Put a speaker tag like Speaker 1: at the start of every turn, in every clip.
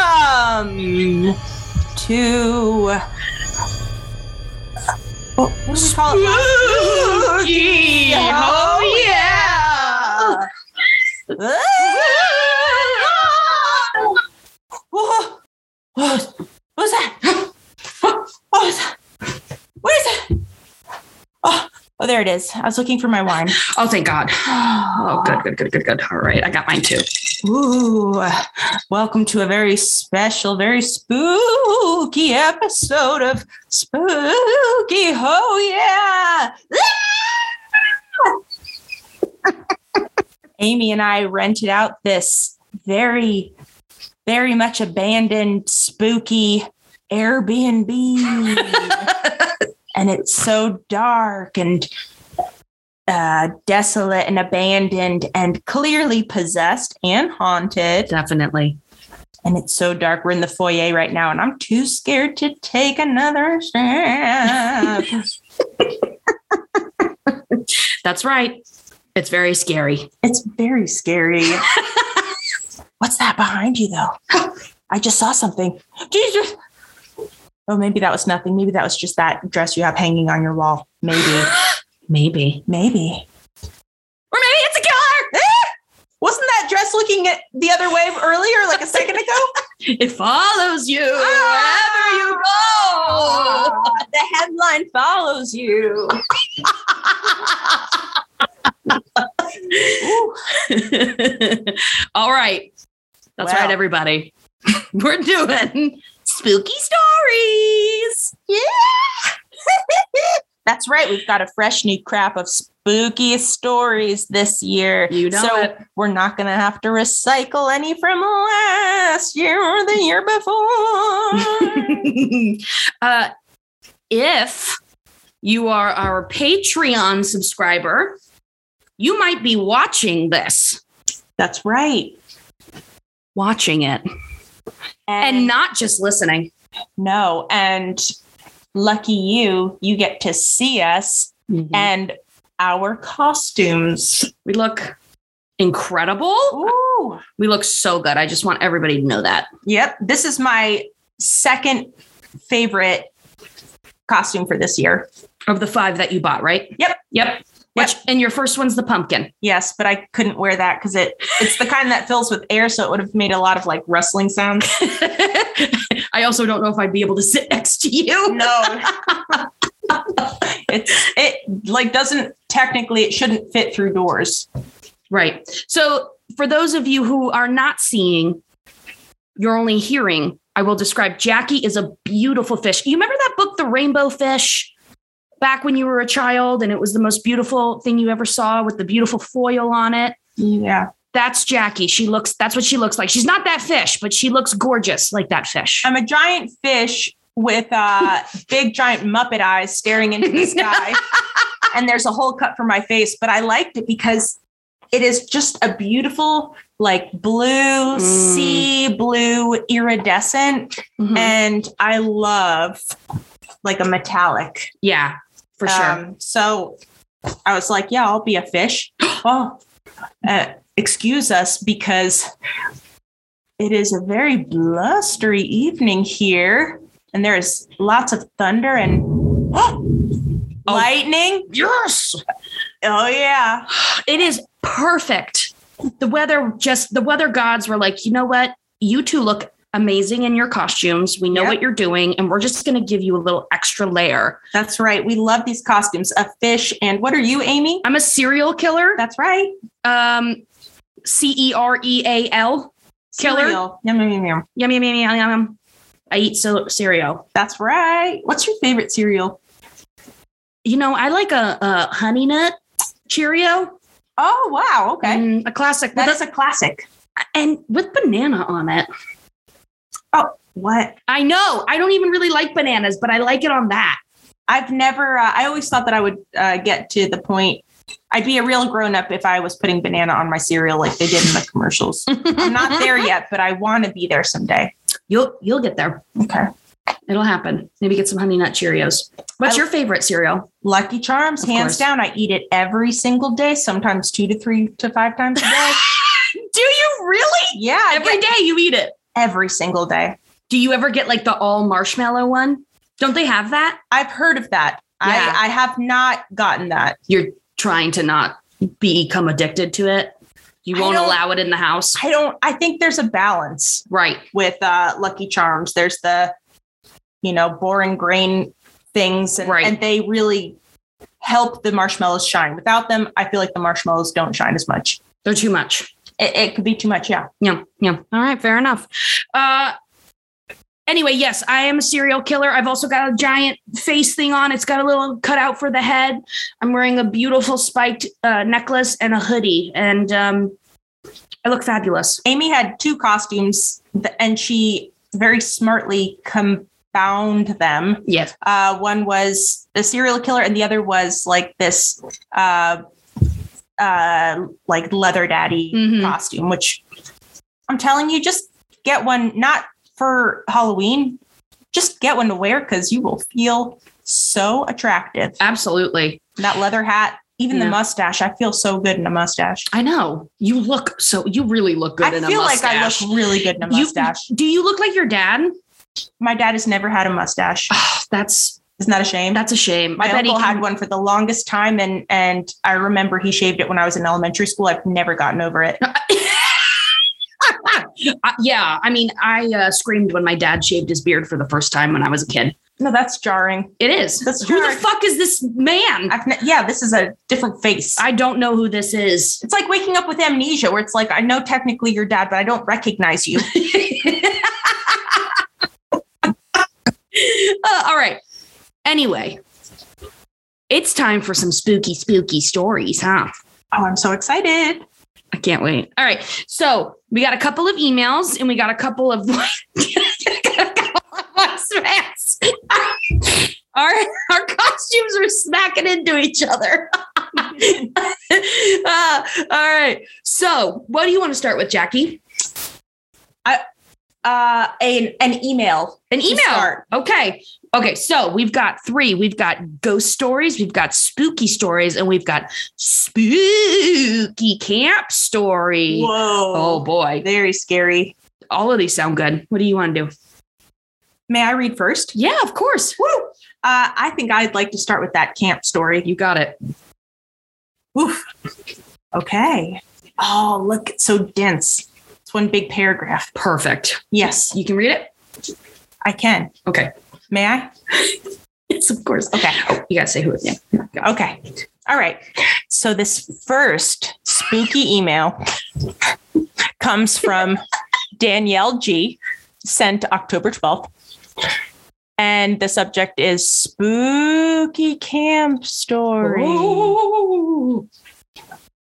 Speaker 1: Welcome to what do we call it? Spooky. Oh yeah. Whoa. What was that? What was that? What is that? Oh, oh, there it is. I was looking for my wine.
Speaker 2: Oh, thank God. Oh, good, good, good, good, good. All right. I got mine too.
Speaker 1: Ooh, welcome to a very special, very spooky episode of Spooky. Oh, yeah. Amy and I rented out this very, very much abandoned, spooky Airbnb. and it's so dark and uh, desolate and abandoned and clearly possessed and haunted.
Speaker 2: Definitely.
Speaker 1: And it's so dark. We're in the foyer right now, and I'm too scared to take another step.
Speaker 2: That's right. It's very scary.
Speaker 1: it's very scary. What's that behind you, though? I just saw something. Jesus. Oh, maybe that was nothing. Maybe that was just that dress you have hanging on your wall. Maybe.
Speaker 2: Maybe.
Speaker 1: Maybe.
Speaker 2: Or maybe it's a killer.
Speaker 1: Wasn't that dress looking at the other way earlier, like a second ago?
Speaker 2: It follows you
Speaker 1: Ah!
Speaker 2: wherever you go.
Speaker 1: Oh, the headline follows you.
Speaker 2: All right. That's
Speaker 1: Wow.
Speaker 2: right, everybody. We're doing spooky stories.
Speaker 1: That's right. We've got a fresh new crop of spooky stories this year.
Speaker 2: You know
Speaker 1: so
Speaker 2: it.
Speaker 1: we're not going to have to recycle any from last year or the year before.
Speaker 2: uh, if you are our Patreon subscriber, you might be watching this,
Speaker 1: That's right.
Speaker 2: watching it, and not just listening.
Speaker 1: no, and lucky you, you get to see us
Speaker 2: And
Speaker 1: and our costumes.
Speaker 2: we look incredible.
Speaker 1: Ooh.
Speaker 2: We look so good. I just want everybody to know that.
Speaker 1: Yep. This is my second favorite costume for this year.
Speaker 2: Of the five that you bought, right?
Speaker 1: Yep.
Speaker 2: Yep. Which and your first one's the pumpkin.
Speaker 1: Yes, but I couldn't wear that because it it's the kind that fills with air, so it would have made a lot of like rustling sounds.
Speaker 2: I also don't know if I'd be able to sit next to you.
Speaker 1: No. it's it like doesn't technically it shouldn't fit through doors.
Speaker 2: Right. So, for those of you who are not seeing, you're only hearing, I will describe Jackie is a beautiful fish. You remember that book, The Rainbow Fish, back when you were a child and it was the most beautiful thing you ever saw with the beautiful foil on it?
Speaker 1: Yeah.
Speaker 2: That's Jackie. She looks, that's what she looks like. She's not that fish, but she looks gorgeous like that fish.
Speaker 1: I'm a giant fish with uh big giant Muppet eyes staring into the sky. and there's a hole cut for my face, but I liked it because it is just a beautiful, like blue,
Speaker 2: Mm.
Speaker 1: sea blue, iridescent.
Speaker 2: Mhm.
Speaker 1: And I love like a metallic.
Speaker 2: yeah, for sure.
Speaker 1: Um, so I was like, yeah, I'll be a fish. oh, uh, excuse us because it is a very blustery evening here. And there is lots of thunder and
Speaker 2: Oh.
Speaker 1: lightning.
Speaker 2: Yes.
Speaker 1: Oh, yeah.
Speaker 2: It is perfect. The weather just the weather gods were like, you know what? You two look amazing in your costumes. We know
Speaker 1: Yep.
Speaker 2: what you're doing, and we're just gonna give you a little extra layer.
Speaker 1: That's right. We love these costumes. A fish and what are you, Amy?
Speaker 2: I'm a serial killer.
Speaker 1: That's right.
Speaker 2: Um C E R E A L. Killer.
Speaker 1: Cereal. Yum, yum, yum, yum.
Speaker 2: Yum yum yum yum yum. yum. I eat so- cereal.
Speaker 1: That's right. What's your favorite cereal?
Speaker 2: You know, I like a, a honey nut Cheerio.
Speaker 1: Oh wow. Okay.
Speaker 2: Mm, a classic.
Speaker 1: That
Speaker 2: with
Speaker 1: is a classic.
Speaker 2: a- and with banana on it.
Speaker 1: What?
Speaker 2: I know. I don't even really like bananas, but I like it on that.
Speaker 1: I've never. Uh, I always thought that I would uh, get to the point. I'd be a real grown up if I was putting banana on my cereal like they did in the commercials. I'm not there yet, but I want to be there someday.
Speaker 2: You'll you'll get there.
Speaker 1: Okay.
Speaker 2: It'll happen. Maybe get some honey nut Cheerios. What's
Speaker 1: I-
Speaker 2: your favorite cereal?
Speaker 1: Lucky Charms,
Speaker 2: Of
Speaker 1: hands
Speaker 2: course.
Speaker 1: down. I eat it every single day, sometimes two to three to five times a day.
Speaker 2: Do you really?
Speaker 1: yeah, I get-
Speaker 2: Every day you eat it.
Speaker 1: every single day.
Speaker 2: Do you ever get like the all marshmallow one? Don't they have that?
Speaker 1: I've heard of that.
Speaker 2: Yeah.
Speaker 1: I, I have not gotten that.
Speaker 2: You're trying to not become addicted to it. You
Speaker 1: I
Speaker 2: won't
Speaker 1: don't-
Speaker 2: allow it in the house.
Speaker 1: I don't. I think there's a balance
Speaker 2: Right.
Speaker 1: with uh, Lucky Charms. There's the, you know, boring grain things, and,
Speaker 2: Right.
Speaker 1: and they really help the marshmallows shine. Without them, I feel like the marshmallows don't shine as much.
Speaker 2: They're too much.
Speaker 1: It, it could be too much. Yeah.
Speaker 2: Yeah, yeah. All right, fair enough. Uh anyway, yes, I am a serial killer. I've also got a giant face thing on. It's got a little cutout for the head. I'm wearing a beautiful spiked uh, necklace and a hoodie, and um I look fabulous.
Speaker 1: Amy had two costumes, th- and she very smartly compound them
Speaker 2: Yes.
Speaker 1: Uh, one was the serial killer, and the other was like this, uh, uh, like leather daddy
Speaker 2: Mhm.
Speaker 1: costume. Which I'm telling you, just get one, not for Halloween. Just get one to wear because you will feel so attractive.
Speaker 2: Absolutely.
Speaker 1: That leather hat, even
Speaker 2: Yeah.
Speaker 1: the mustache. I feel so good in a mustache.
Speaker 2: I know. You look so you really look good
Speaker 1: I
Speaker 2: in a
Speaker 1: feel like
Speaker 2: mustache.
Speaker 1: I look really good in a
Speaker 2: You-
Speaker 1: mustache.
Speaker 2: do you look like your dad?
Speaker 1: My dad has never had a mustache.
Speaker 2: Oh, that's
Speaker 1: Isn't that a shame?
Speaker 2: that's a shame.
Speaker 1: My
Speaker 2: I bet he
Speaker 1: uncle
Speaker 2: can-
Speaker 1: had one for the longest time, and and I remember he shaved it when I was in elementary school. I've never gotten over it.
Speaker 2: Uh, yeah, I mean, I uh, screamed when my dad shaved his beard for the first time when I was a kid.
Speaker 1: No, that's jarring.
Speaker 2: It is.
Speaker 1: That's
Speaker 2: who the
Speaker 1: dark.
Speaker 2: fuck is this man? I,
Speaker 1: I've ne- yeah, this is a different face.
Speaker 2: don't know who this is.
Speaker 1: it's like waking up with amnesia, where it's like I know technically your dad, but I don't recognize you.
Speaker 2: Uh, all right. Anyway, it's time for some spooky, spooky stories, huh?
Speaker 1: oh, I'm so excited.
Speaker 2: I can't wait. All right. So we got a couple of emails and we got a couple of voicemails. our our costumes were smacking into each other. Uh, all right. So what do you want to start with, Jackie?
Speaker 1: Uh, an an email.
Speaker 2: An email.
Speaker 1: start.
Speaker 2: Okay. Okay. So we've got three. We've got ghost stories, we've got spooky stories, and we've got spooky camp story. Oh
Speaker 1: Whoa,
Speaker 2: boy.
Speaker 1: very scary.
Speaker 2: All of these sound good. What do you want to do?
Speaker 1: May I read first?
Speaker 2: Yeah, of course.
Speaker 1: Woo! Uh, I think I'd like to start with that camp story.
Speaker 2: You got it.
Speaker 1: Oof. Okay. Oh, look, it's so dense. It's one big paragraph.
Speaker 2: Perfect.
Speaker 1: Yes,
Speaker 2: You can read it?
Speaker 1: I can.
Speaker 2: Okay.
Speaker 1: May I?
Speaker 2: Yes, of course.
Speaker 1: Okay.
Speaker 2: You got to say who it is.
Speaker 1: Okay. All right. So this first spooky email comes from Danielle G, sent October 12th. And the subject is spooky camp story.
Speaker 2: Ooh. Eh?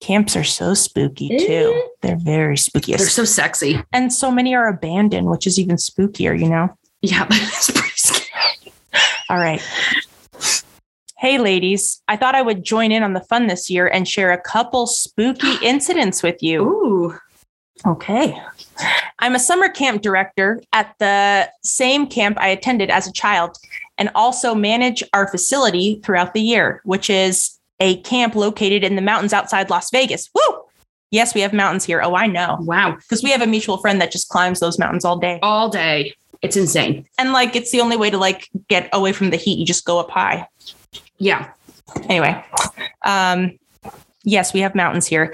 Speaker 1: Camps are so spooky too. They're very spooky.
Speaker 2: They're so sexy.
Speaker 1: And so many are abandoned, which is even spookier, you know?
Speaker 2: Yeah, but it's pretty scary.
Speaker 1: All right. Hey, ladies. I thought I would join in on the fun this year and share a couple spooky incidents with you.
Speaker 2: Ooh.
Speaker 1: Okay. I'm a summer camp director at the same camp I attended as a child and also manage our facility throughout the year, which is a camp located in the mountains outside Las Vegas. Woo! Yes, we have mountains here. Oh, I know.
Speaker 2: Wow.
Speaker 1: Because we have a mutual friend that just climbs those mountains all day.
Speaker 2: All day. It's insane.
Speaker 1: And like, it's the only way to like get away from the heat. You just go up high.
Speaker 2: Yeah.
Speaker 1: anyway um yes we have mountains here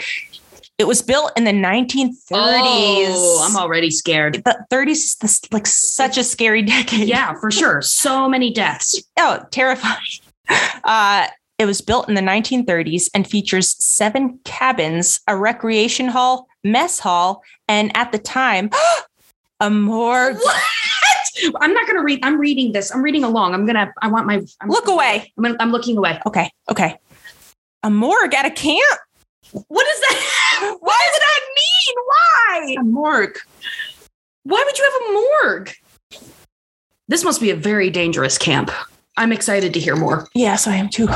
Speaker 1: it was built in the 1930s
Speaker 2: Oh, I'm already scared.
Speaker 1: the 30s is this, like such a scary decade
Speaker 2: Yeah, for sure. So many deaths.
Speaker 1: oh terrifying uh it was built in the 1930s and features seven cabins a recreation hall mess hall and at the time a morgue
Speaker 2: What? I'm not gonna read. I'm reading this. I'm reading along. I'm gonna. I want my. I'm,
Speaker 1: Look away.
Speaker 2: I'm, gonna- I'm looking away.
Speaker 1: okay okay a morgue at a camp
Speaker 2: What is that? what does that mean? Why?
Speaker 1: a morgue
Speaker 2: Why would you have a morgue? This must be a very dangerous camp. I'm excited to hear more.
Speaker 1: Yes, I am too.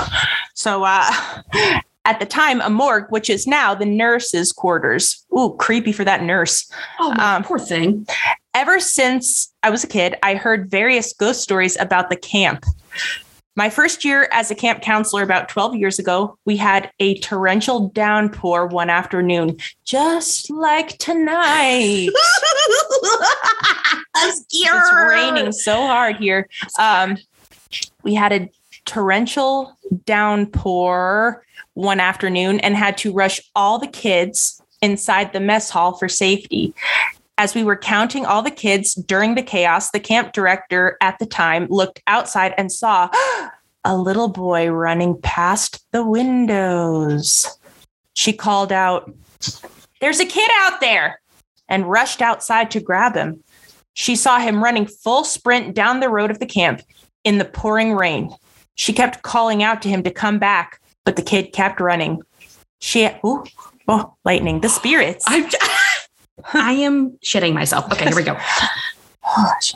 Speaker 1: So uh at the time, a morgue, which is now the nurses' quarters. Ooh, creepy for that nurse.
Speaker 2: Oh, my
Speaker 1: Um,
Speaker 2: poor thing.
Speaker 1: ever since I was a kid, I heard various ghost stories about the camp. My first year as a camp counselor about 12 years ago, we had a torrential downpour one afternoon, just like tonight.
Speaker 2: I'm scared.
Speaker 1: it's raining so hard here. Um, we had a torrential downpour one afternoon and had to rush all the kids inside the mess hall for safety. As we were counting all the kids during the chaos, the camp director at the time looked outside and saw a little boy running past the windows. She called out, There's a kid out there, and rushed outside to grab him. She saw him running full sprint down the road of the camp in the pouring rain. She kept calling out to him to come back, but the kid kept running. She, ooh, oh, lightning, the spirits.
Speaker 2: I'm, I am shitting myself. Okay, here we go.
Speaker 1: Gosh.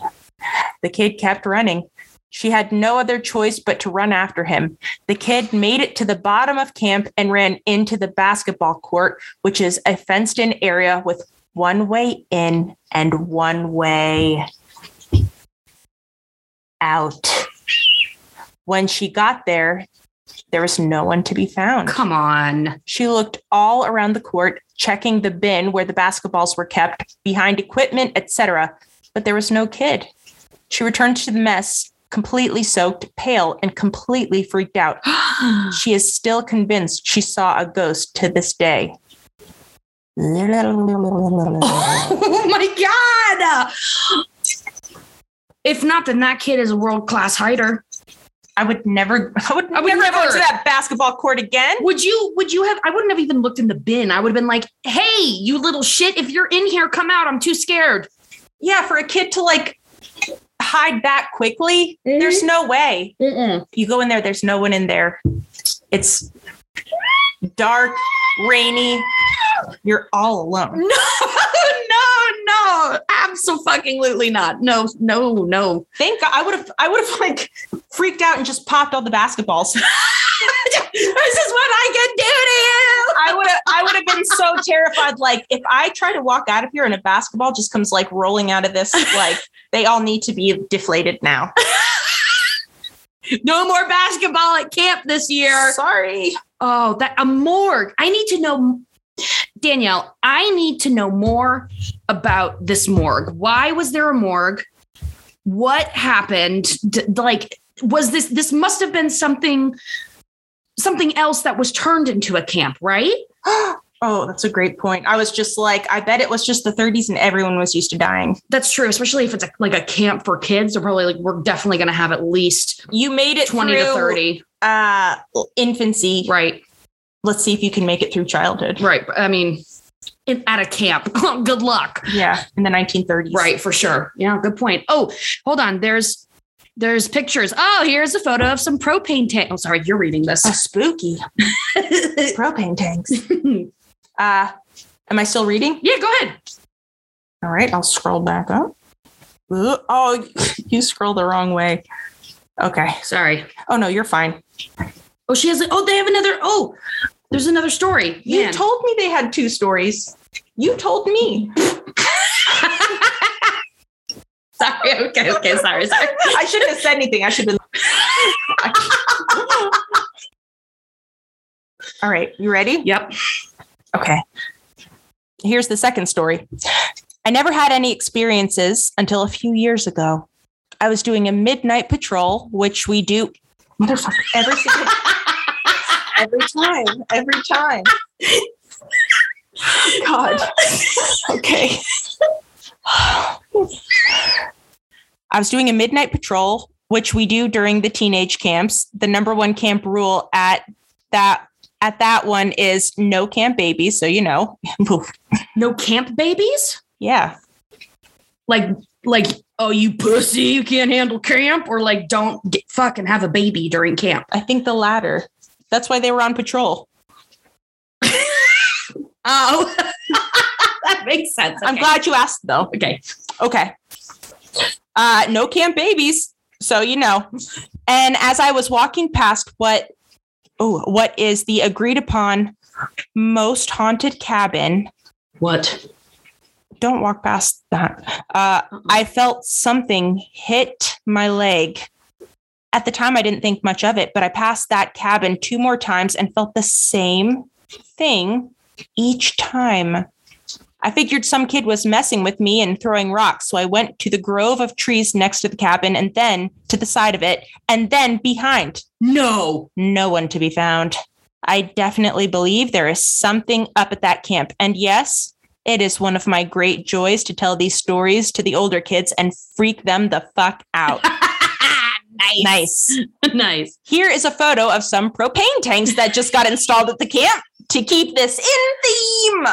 Speaker 1: The kid kept running. She had no other choice but to run after him. The kid made it to the bottom of camp and ran into the basketball court, which is a fenced in area with one way in and one way out. When she got there, there was no one to be found.
Speaker 2: Come on.
Speaker 1: She looked all around the court, checking the bin where the basketballs were kept, behind equipment, etc., but there was no kid. She returned to the mess, completely soaked, pale, and completely freaked out.
Speaker 2: Oh
Speaker 1: She is still convinced she saw a ghost to this day.
Speaker 2: oh my god. If not, then that kid is a world class hider.
Speaker 1: I would never, I would,
Speaker 2: I would
Speaker 1: never, go
Speaker 2: never.
Speaker 1: to that basketball court again.
Speaker 2: Would you? Would you have? I wouldn't have even looked in the bin. I would have been like, "Hey, you little shit! If you're in here, come out. I'm too scared."
Speaker 1: Yeah, for a kid to like hide that quickly, there's
Speaker 2: Mm-hmm.
Speaker 1: no way. You go in there, there's no one in there. It's dark, rainy. You're all alone.
Speaker 2: No, no, no! Absolutely not. No, no, no.
Speaker 1: Thank God I would have I would have like freaked out and just popped all the basketballs.
Speaker 2: this is what I can do to you.
Speaker 1: I would have I would have been so terrified. Like if I try to walk out of here and a basketball just comes like rolling out of this, like they all need to be deflated now.
Speaker 2: No more basketball at camp this year.
Speaker 1: Sorry.
Speaker 2: Oh, that a morgue. I need to know Danielle, I need to know more about this morgue. Why was there a morgue? What happened? D- like was this this must have been something something else that was turned into a camp, right?
Speaker 1: oh, that's a great point. I was just like, I bet it was just the 30s and everyone was used to dying.
Speaker 2: That's true, especially if it's a, like a camp for kids. They're probably like we're definitely going to have at least
Speaker 1: You made it
Speaker 2: 20 to 30,
Speaker 1: uh infancy.
Speaker 2: right?
Speaker 1: Let's see if you can make it through childhood.
Speaker 2: Right. I mean, in, at a camp. Oh, Good luck.
Speaker 1: Yeah, in the 1930s.
Speaker 2: Right, for sure. Yeah, good point. Oh, hold on. There's there's pictures. Oh, here's a photo of some propane tank. Oh, sorry, you're reading this.
Speaker 1: Oh, spooky.
Speaker 2: yeah,
Speaker 1: Propane tanks. Uh am I still reading?
Speaker 2: go ahead.
Speaker 1: All right, I'll scroll back up. Ooh, Oh, you scroll the wrong way. Okay.
Speaker 2: Sorry.
Speaker 1: Oh no, you're fine.
Speaker 2: Oh, she has. Oh, they have another. Oh, there's another story.
Speaker 1: You
Speaker 2: Man.
Speaker 1: told me they had two stories. You told me.
Speaker 2: sorry. Okay. Okay. Sorry. Sorry.
Speaker 1: I shouldn't have said anything. I should have been. All right, you ready?
Speaker 2: Yep.
Speaker 1: Okay. Here's the second story. I never had any experiences until a few years ago. I was doing a midnight patrol, which we do Motherfucker. every single every time, every time. God. Okay. I was doing a midnight patrol, which we do during the teenage camps. The number one camp rule at that at that one is no camp babies, so you know.
Speaker 2: No camp babies.
Speaker 1: yeah.
Speaker 2: Like like oh you pussy you can't handle camp or like don't get, fucking have a baby during camp.
Speaker 1: I think the latter. That's why they were on patrol.
Speaker 2: Oh, that makes sense.
Speaker 1: I'm
Speaker 2: Okay.
Speaker 1: glad you asked though.
Speaker 2: Okay.
Speaker 1: Okay. Uh, no camp babies, so you know. And as I was walking past what, oh, what is the agreed upon most haunted cabin
Speaker 2: What?
Speaker 1: don't walk past that. Uh, I felt something hit my leg. At the time, I didn't think much of it, but I passed that cabin two more times and felt the same thing each time. I figured some kid was messing with me and throwing rocks, so I went to the grove of trees next to the cabin and then to the side of it and then behind.
Speaker 2: No.
Speaker 1: No one to be found. I definitely believe there is something up at that camp. And yes, it is one of my great joys to tell these stories to the older kids and freak them the fuck out.
Speaker 2: nice.
Speaker 1: nice.
Speaker 2: nice.
Speaker 1: Here is a photo of some propane tanks that just got installed at the camp to keep this in theme.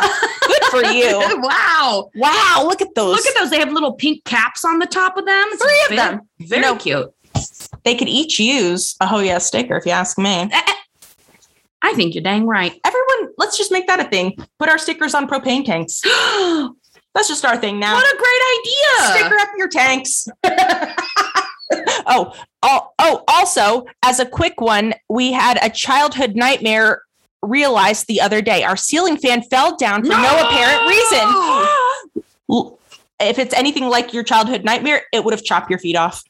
Speaker 1: Good for you.
Speaker 2: wow.
Speaker 1: Wow, look at those.
Speaker 2: Look at those. They have little pink caps on the top of them. It's
Speaker 1: Three of
Speaker 2: very-
Speaker 1: them.
Speaker 2: Very
Speaker 1: No.
Speaker 2: cute.
Speaker 1: They could each use a ho yeah sticker if you ask me.
Speaker 2: I think you're dang right.
Speaker 1: Everyone, let's just make that a thing. Put our stickers on propane tanks.
Speaker 2: what
Speaker 1: That's just our thing now.
Speaker 2: a great idea.
Speaker 1: Sticker up your tanks. oh, oh, oh, also, as a quick one, we had a childhood nightmare realized the other day. Our ceiling fan fell down for no, apparent reason. L- If it's anything like your childhood nightmare, it would have chopped your feet off.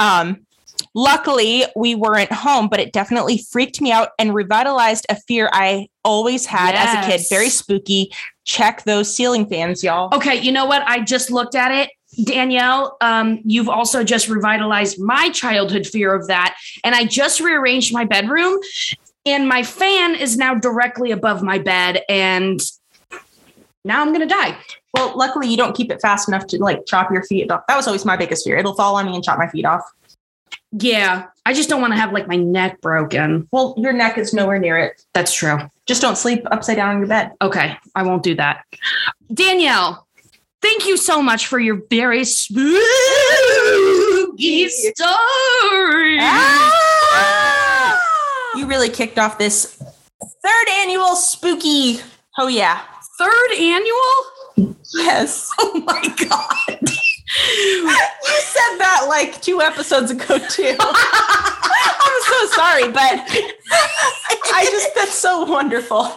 Speaker 1: Um, luckily, we weren't home, but it definitely freaked me out and revitalized a fear I always had as a kid.
Speaker 2: Yes.
Speaker 1: Very spooky. Check those ceiling fans, y'all.
Speaker 2: Okay, you know what? I just looked at it. Danielle, um, you've also just revitalized my childhood fear of that. And I just rearranged my bedroom, and my fan is now directly above my bed. And now I'm going to die.
Speaker 1: Well, luckily you don't keep it fast enough to like chop your feet off. That was always my biggest fear. It'll fall on me and chop my feet off.
Speaker 2: Yeah, I just don't want to have like my neck broken.
Speaker 1: Well, your neck is nowhere near it.
Speaker 2: That's true.
Speaker 1: Just don't sleep upside down on your bed.
Speaker 2: Okay, I won't do that. Danielle, thank you so much for your very spooky story.
Speaker 1: Ah! You really kicked off this third annual spooky. Oh yeah.
Speaker 2: Third annual?
Speaker 1: Yes.
Speaker 2: Oh my god.
Speaker 1: You said that like two episodes ago too. I'm so sorry, but I just that's so wonderful.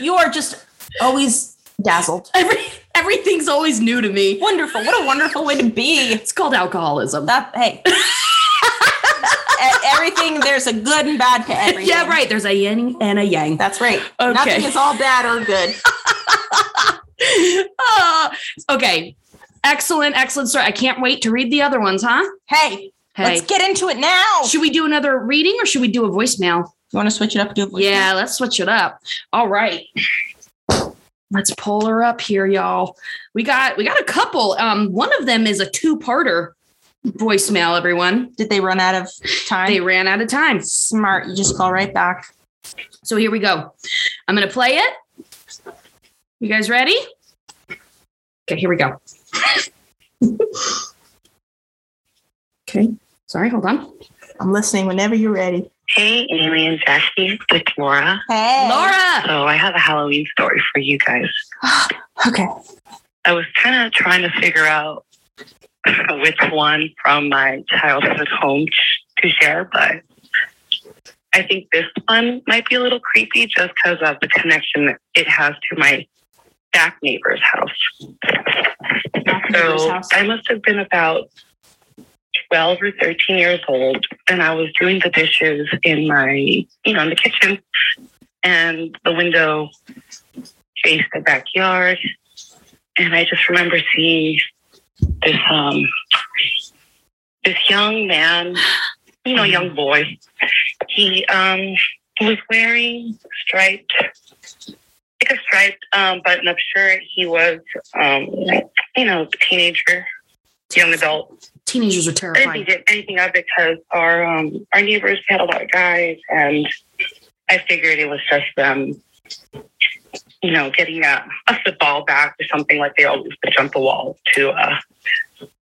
Speaker 1: You are just always dazzled.
Speaker 2: Every everything's always new to me.
Speaker 1: Wonderful. What a wonderful way to be.
Speaker 2: It's called alcoholism.
Speaker 1: That hey. E- everything there's a good and bad to everything.
Speaker 2: Yeah, right. There's a yin and a yang.
Speaker 1: That's right.
Speaker 2: Okay.
Speaker 1: Nothing is all bad or good.
Speaker 2: Ah, okay. Excellent, excellent story. I can't wait to read the other ones, huh?
Speaker 1: Hey,
Speaker 2: Hey.
Speaker 1: let's get into it now.
Speaker 2: Should we do another reading or should we do a voicemail?
Speaker 1: You want to switch it up? Do a voice?
Speaker 2: Yeah, let's switch it up. All right. Let's pull her up here, y'all. We got we got a couple. Um, one of them is a two-parter voicemail, everyone.
Speaker 1: Did they run out of time?
Speaker 2: They ran out of time.
Speaker 1: Smart. You just call right back.
Speaker 2: So here we go. I'm gonna play it. You guys ready? Okay, here we go. okay. Sorry, hold on.
Speaker 1: I'm listening whenever you're ready.
Speaker 3: Hey, Amy and Jackie, it's Laura.
Speaker 1: Hey.
Speaker 2: Laura.
Speaker 3: So I have a Halloween story for you guys.
Speaker 1: Okay.
Speaker 3: I was kind of trying to figure out which one from my childhood home to share, but I think this one might be a little creepy just because of the connection it has to my back neighbor's house.
Speaker 1: Back neighbor's
Speaker 3: So
Speaker 1: house.
Speaker 3: I must have been about 12 or 13 years old, and I was doing the dishes in my, you know, in the kitchen, and the window faced the backyard. And I just remember seeing this um this young man, you know, young boy. He um was wearing striped like a striped um button up shirt. He was um you know, teenager, young adult.
Speaker 2: Teenagers are
Speaker 3: I didn't
Speaker 2: terrifying.
Speaker 3: think it- anything of it because our um, our neighbors had a lot of guys, and I figured it was just them, you know, getting uh, a, a football back or something like they always would jump the wall to uh,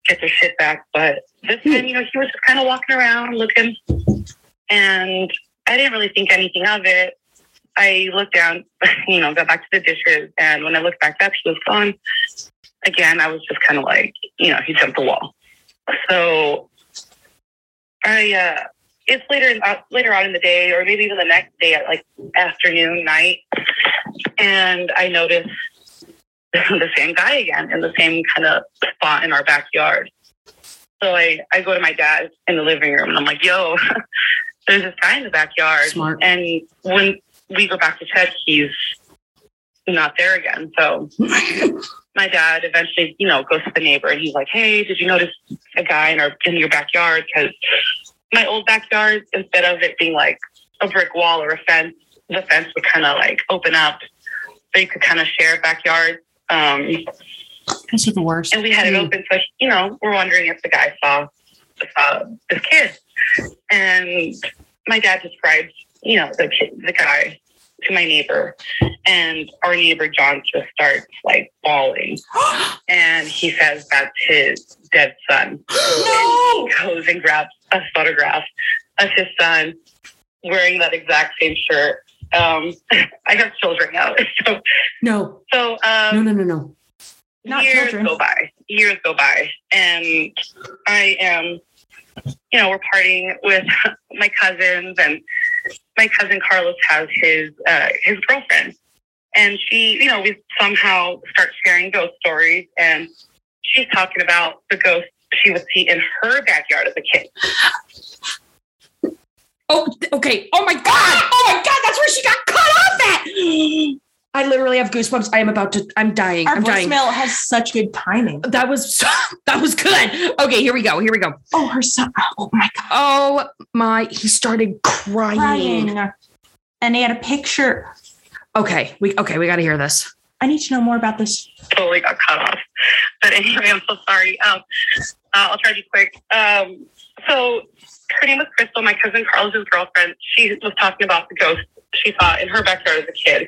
Speaker 3: get their shit back. But this time, you know, he was just kind of walking around looking, and I didn't really think anything of it. I looked down, you know, got back to the dishes, and when I looked back up, he was gone. Again, I was just kind of like, you know, he jumped the wall. So I, uh, it's later in, uh, later on in the day, or maybe even the next day, at like afternoon, night, and I noticed the same guy again in the same kind of spot in our backyard. So I, I go to my dad in the living room and I'm like, yo, there's this guy in the backyard.
Speaker 2: Smart.
Speaker 3: And when we go back to check, he's not there again. So my dad eventually, you know, goes to the neighbor and he's like, hey, did you notice a guy in, our, in your backyard? Because my old backyard, instead of it being like a brick wall or a fence, the fence would kind of like open up. So you could kind of share a backyard. Um,
Speaker 1: Those are the worst.
Speaker 3: and we had it
Speaker 2: Mm.
Speaker 3: open. So, you know, we're wondering if the guy saw, saw this kid. And my dad describes, you know, the, kid, the guy to my neighbor. And our neighbor, John, just starts like bawling. And he says that's his dead son.
Speaker 2: no.
Speaker 3: Goes and grabs a photograph of his son wearing that exact same shirt. Um, I have children now. So,
Speaker 2: No.
Speaker 3: so um,
Speaker 2: No, no, no, no. Not
Speaker 3: years
Speaker 2: children.
Speaker 3: go by. Years go by, and I am, you know, we're partying with my cousins, and my cousin Carlos has his uh, his girlfriend, and she, you know, we somehow start sharing ghost stories, and she's talking about the ghost she would see in her backyard as a kid.
Speaker 2: Oh, th- okay. Oh my God. Oh my God. That's where she got cut off at. I literally have goosebumps. I am about to, I'm dying.
Speaker 1: Our
Speaker 2: I'm dying.
Speaker 1: voicemail has such good timing.
Speaker 2: That was, that was good. Okay. Here we go. Here we go.
Speaker 1: Oh, her son. Oh my God.
Speaker 2: Oh my. He started crying.
Speaker 1: Crying. And he had a picture.
Speaker 2: Okay. We, okay. We got to hear this.
Speaker 1: I need to know more about this.
Speaker 3: totally got cut off. But anyway, I'm so sorry. Um, uh, I'll try to be quick. Um, so her name was Crystal, my cousin Carlos's girlfriend. She was talking about the ghost she saw in her backyard as a kid.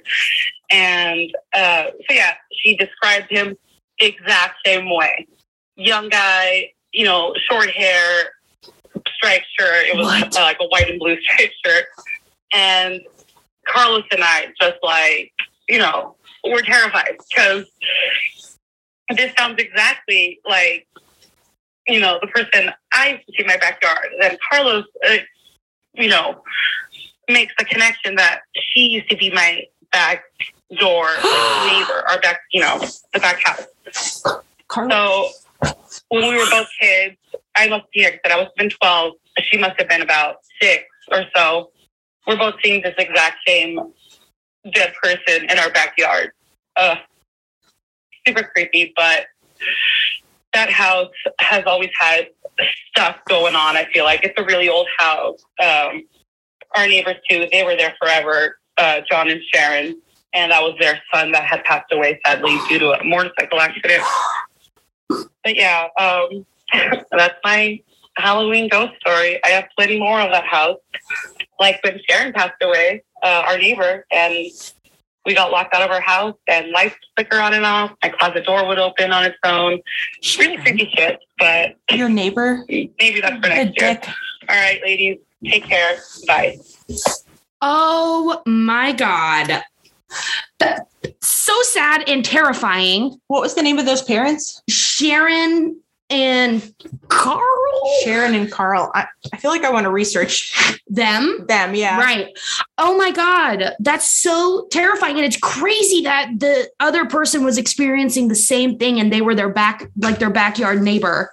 Speaker 3: And uh, so, yeah, she described him the exact same way. Young guy, you know, short hair, striped shirt. It was
Speaker 2: What?
Speaker 3: uh, like a white and blue striped shirt. And Carlos and I just like, you know, we're terrified because this sounds exactly like you know the person I used to see in my backyard. And Carlos, uh, you know, makes the connection that she used to be my back door neighbor, our back, you know, the back house.
Speaker 1: Carlos.
Speaker 3: So when we were both kids, I must be like I said, I must have been twelve. She must have been about six or so. We're both seeing this exact same dead person in our backyard. Uh, super creepy, but that house has always had stuff going on. I feel like it's a really old house. Um, our neighbors too; they were there forever. Uh, John and Sharon, and that was their son that had passed away sadly due to a motorcycle accident but yeah, um, that's my Halloween ghost story. I have plenty more of that house. Like when Sharon passed away, uh, our neighbor, and we got locked out of our house, and lights flicker on and off. My closet door would open on its own. Really creepy shit, but
Speaker 1: Your neighbor.
Speaker 3: maybe that's for
Speaker 1: A
Speaker 3: next year.
Speaker 1: dick.
Speaker 3: All right, ladies, take care. Bye.
Speaker 2: Oh my God. That- so sad and terrifying.
Speaker 1: What was the name of those parents?
Speaker 2: Sharon and Carl.
Speaker 1: Sharon and Carl. I, I feel like I want to research
Speaker 2: Them.
Speaker 1: them. Yeah.
Speaker 2: Right. Oh my God. That's so terrifying. And it's crazy that the other person was experiencing the same thing and they were their back, like their backyard neighbor.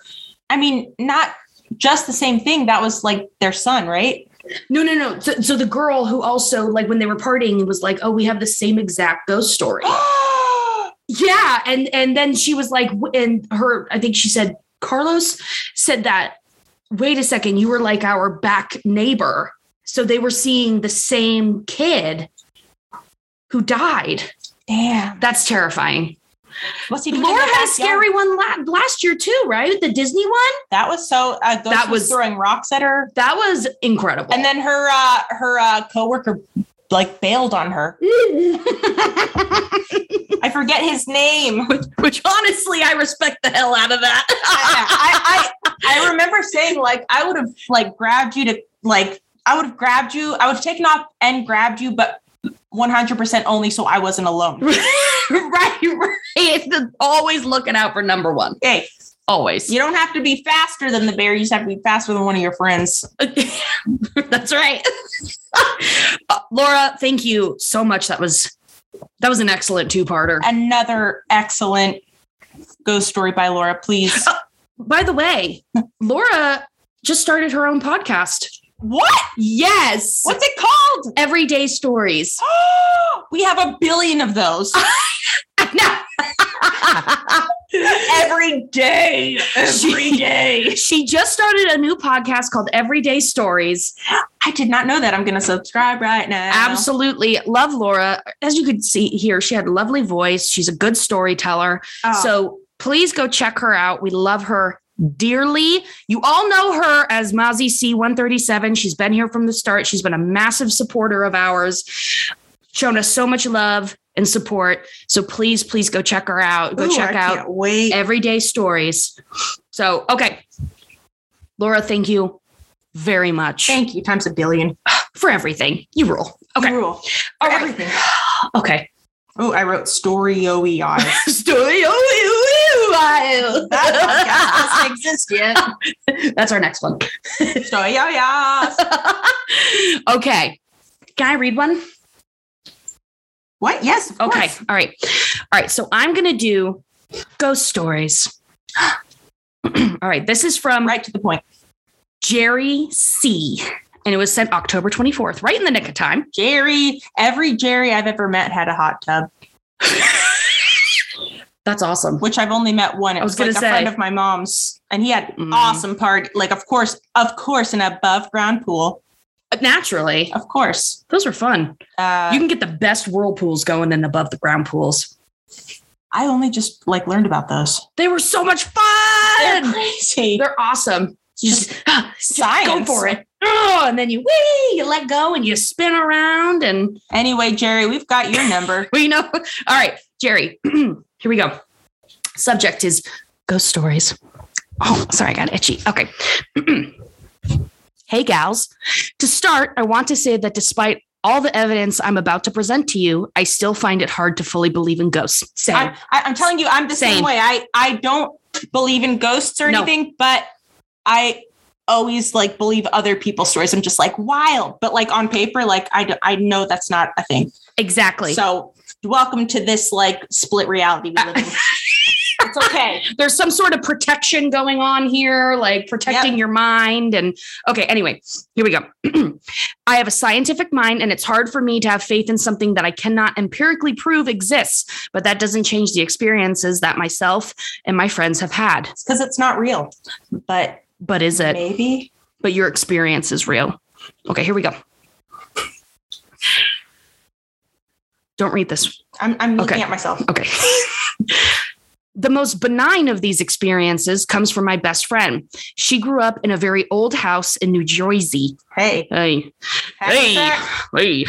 Speaker 1: I mean, not just the same thing. That was like their son, right?
Speaker 2: No, no, no. So, so the girl who also, like, when they were partying, was like, oh, we have the same exact ghost story. yeah. And, and then she was like, w- and her, I think she said, Carlos said that, wait a second, you were like our back neighbor. So they were seeing the same kid who died.
Speaker 1: Damn.
Speaker 2: That's terrifying.
Speaker 1: What's he doing? in
Speaker 2: Laura
Speaker 1: the
Speaker 2: had a
Speaker 1: backyard?
Speaker 2: scary one la- last year too, right? The Disney one.
Speaker 1: That was so. Uh,
Speaker 2: That
Speaker 1: that was
Speaker 2: was-
Speaker 1: throwing rocks at her,
Speaker 2: That was incredible.
Speaker 1: and then her uh, her uh, coworker like bailed on her. I forget his name.
Speaker 2: which, which honestly, I respect the hell out of that.
Speaker 1: I, I I remember saying like I would have like grabbed you to like I would have grabbed you. I would have taken off and grabbed you, but one hundred percent only so I wasn't alone.
Speaker 2: right, right. The- Always looking out for number one.
Speaker 1: Hey,
Speaker 2: Always.
Speaker 1: you don't have to be faster than the bear. You just have to be faster than one of your friends.
Speaker 2: That's right. Uh, Laura, thank you so much. That was That was an excellent two-parter.
Speaker 1: Another excellent ghost story by Laura. Please.
Speaker 2: By the way, Laura just started her own podcast.
Speaker 1: What?
Speaker 2: Yes.
Speaker 1: What's it called?
Speaker 2: Everyday stories.
Speaker 1: we have a billion of those
Speaker 2: no.
Speaker 1: every day. Every day.
Speaker 2: she just started a new podcast called Everyday Stories.
Speaker 1: I did not know that. I'm going to subscribe right now.
Speaker 2: Absolutely love Laura. As you could see here, she had a lovely voice. She's a good storyteller.
Speaker 1: Oh,
Speaker 2: So please go check her out. We love her dearly. You all know her as Mozzie C137. She's been here from the start. She's been a massive supporter of ours, shown us so much love and support. So please, please go check her out. Go
Speaker 1: ooh,
Speaker 2: check
Speaker 1: I
Speaker 2: out
Speaker 1: can't wait.
Speaker 2: everyday stories. So, okay. Laura, thank you very much
Speaker 1: Thank you times a billion.
Speaker 2: for everything. You rule. Okay.
Speaker 1: Rule.
Speaker 2: All right.
Speaker 1: Everything.
Speaker 2: Okay.
Speaker 1: Oh, I wrote story E OEI.
Speaker 2: That's
Speaker 1: exist yet.
Speaker 2: our next one.
Speaker 1: Story
Speaker 2: E
Speaker 1: OEI.
Speaker 2: okay. Can I read one?
Speaker 1: What? Yes. of
Speaker 2: Okay.
Speaker 1: course.
Speaker 2: All right. All right. So I'm going to do ghost stories. All right. This is from
Speaker 1: Right to the point.
Speaker 2: Jerry C. And it was sent October 24th, right in the nick of time.
Speaker 1: Jerry, every Jerry I've ever met had a hot tub,
Speaker 2: That's awesome.
Speaker 1: which I've only met one. It
Speaker 2: I was
Speaker 1: was, like
Speaker 2: gonna
Speaker 1: a friend
Speaker 2: say.
Speaker 1: of my mom's, and he had
Speaker 2: Mm.
Speaker 1: awesome party. Like, of course, of course, an above ground pool.
Speaker 2: Naturally,
Speaker 1: Of course.
Speaker 2: those were fun.
Speaker 1: Uh,
Speaker 2: you can get the best whirlpools going than above the ground pools.
Speaker 1: I only just like learned about those.
Speaker 2: They were so much
Speaker 1: They're
Speaker 2: fun.
Speaker 1: crazy.
Speaker 2: They're awesome. You
Speaker 1: Just
Speaker 2: just, ah, just go
Speaker 1: science.
Speaker 2: for it. Oh, and then you wee, you let go and you spin around and
Speaker 1: Anyway, Jerry, we've got your number.
Speaker 2: well, you know. All right, Jerry. here we go. Subject is ghost stories. Oh, sorry, I got itchy. Okay. hey gals. To start, I want to say that despite all the evidence I'm about to present to you, I still find it hard to fully believe in ghosts. Same.
Speaker 1: I, I, I'm telling you, I'm the same,
Speaker 2: Same.
Speaker 1: way. I, I don't believe in ghosts or
Speaker 2: No.
Speaker 1: anything, but I always like believe other people's stories. I'm just like wild, but like on paper, like I, d- I know that's not a thing.
Speaker 2: exactly.
Speaker 1: So welcome to this like split reality we live in. it's okay.
Speaker 2: there's some sort of protection going on here, like protecting your mind. And okay, anyway, here we go. I have a scientific mind, and it's hard for me to have faith in something that I cannot empirically prove exists, but that doesn't change the experiences that myself and my friends have had.
Speaker 1: It's because it's not real, but
Speaker 2: But is it?
Speaker 1: maybe
Speaker 2: But your experience is real. Okay, here we go. Don't read this
Speaker 1: I'm, I'm looking
Speaker 2: Okay.
Speaker 1: at myself.
Speaker 2: Okay. the most benign of these experiences comes from my best friend. She grew up in a very old house in New Jersey.
Speaker 1: Hey,
Speaker 2: Hey,
Speaker 1: Hey.
Speaker 2: hey.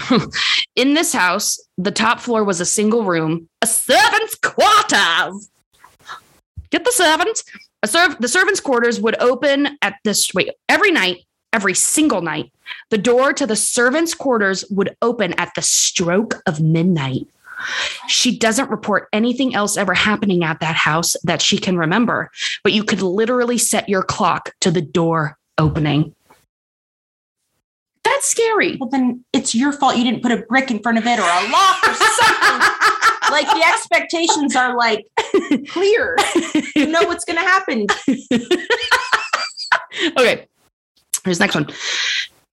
Speaker 2: in this house, the top floor was a single room, a servant's quarters. Get the servants. A serv- the servants' quarters would open at this wait every night, every single night. The door to the servants' quarters would open at the stroke of midnight. She doesn't report anything else ever happening at that house that she can remember, but you could literally set your clock to the door opening. That's scary.
Speaker 1: Well, then it's your fault you didn't put a brick in front of it or a lock or something. like the expectations are like clear. You know what's going to happen.
Speaker 2: okay. Here's the next one.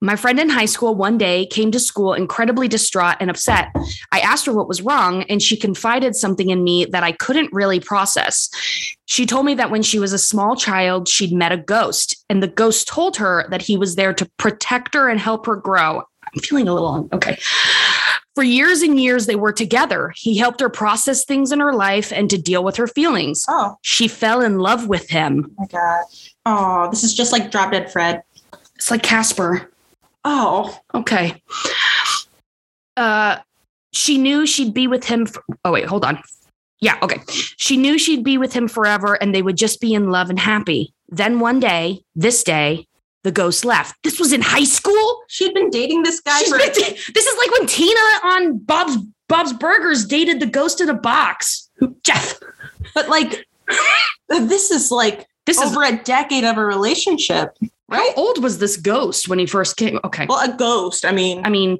Speaker 2: My friend in high school one day came to school incredibly distraught and upset. I asked her what was wrong, and she confided something in me that I couldn't really process. She told me that when she was a small child, she'd met a ghost, and the ghost told her that he was there to protect her and help her grow. I'm feeling a little okay. For years and years, they were together. He helped her process things in her life and to deal with her feelings.
Speaker 1: Oh
Speaker 2: She fell in love with him.
Speaker 1: my God. Oh, this is just like Drop Dead Fred.
Speaker 2: It's like Casper.
Speaker 1: Oh,
Speaker 2: Okay. Uh, she knew she'd be with him. For, oh, wait, hold on. Yeah, okay. She knew she'd be with him forever and they would just be in love and happy. Then one day, this day, the ghost left. This was in high school.
Speaker 1: she'd been dating this guy
Speaker 2: She's
Speaker 1: for
Speaker 2: been- this is like when Tina on Bob's Bob's Burgers dated the ghost in a box. Who- Jeff,
Speaker 1: but like this is like
Speaker 2: this is
Speaker 1: over a decade of a relationship, right?
Speaker 2: how old was this ghost when he first came? Okay,
Speaker 1: Well, a ghost. I mean,
Speaker 2: I mean,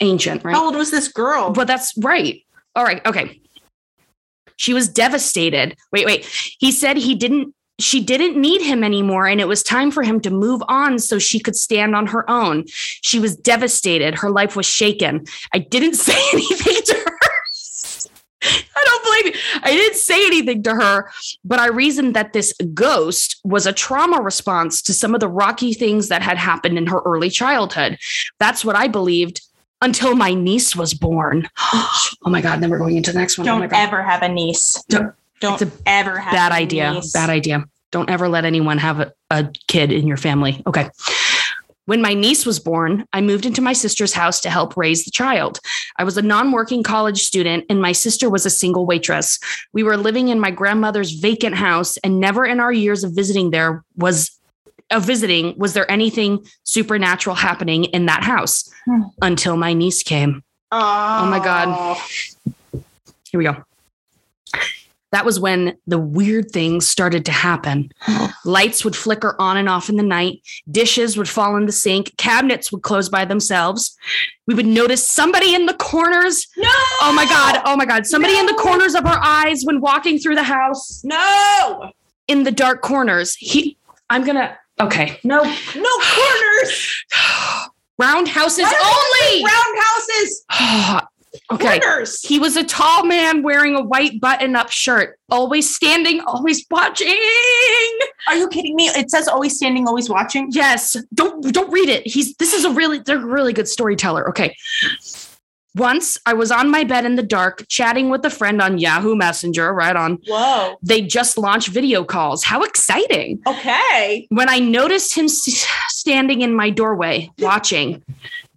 Speaker 2: ancient, right?
Speaker 1: how old was this girl?
Speaker 2: But that's right. All right. Okay. She was devastated. Wait, wait. He said he didn't, she didn't need him anymore and it was time for him to move on so she could stand on her own. She was devastated. Her life was shaken. I didn't say anything to her. I don't blame you. I didn't say anything to her, but I reasoned that this ghost was a trauma response to some of the rocky things that had happened in her early childhood. That's what I believed until my niece was born. oh my God, then we're going into the next one. Oh my
Speaker 1: Don't
Speaker 2: God.
Speaker 1: ever have a niece.
Speaker 2: Don't-
Speaker 1: Don't,
Speaker 2: It's
Speaker 1: ever have
Speaker 2: Bad
Speaker 1: a
Speaker 2: idea.
Speaker 1: niece.
Speaker 2: Bad idea. Don't ever let anyone have a, a kid in your family. Okay. When my niece was born, I moved into my sister's house to help raise the child. I was a non working college student, and my sister was a single waitress. We were living in my grandmother's vacant house, and never in our years of visiting there was. Of visiting, was there anything supernatural happening in that house
Speaker 1: Hmm.
Speaker 2: until my niece came?
Speaker 1: Oh,
Speaker 2: my God. Here we go. That was when the weird things started to happen. Lights would flicker on and off in the night. Dishes would fall in the sink. Cabinets would close by themselves. We would notice somebody in the corners.
Speaker 1: No.
Speaker 2: Oh my God. Oh my God. Somebody in the corners of our eyes when walking through the house
Speaker 1: No.
Speaker 2: in the dark corners. He, I'm going to, okay.
Speaker 1: No. No corners.
Speaker 2: Roundhouses only.
Speaker 1: Roundhouses.
Speaker 2: okay.
Speaker 1: Corners.
Speaker 2: He was a tall man wearing a white button up shirt, always standing, always watching.
Speaker 1: Are you kidding me? It says always standing, always watching.
Speaker 2: Yes, don't don't read it. He's this is a really they're a really good storyteller. Okay. Once I was on my bed in the dark chatting with a friend on Yahoo Messenger, right on.
Speaker 1: Whoa.
Speaker 2: They just launched video calls. How exciting.
Speaker 1: Okay.
Speaker 2: When I noticed him s- standing in my doorway watching,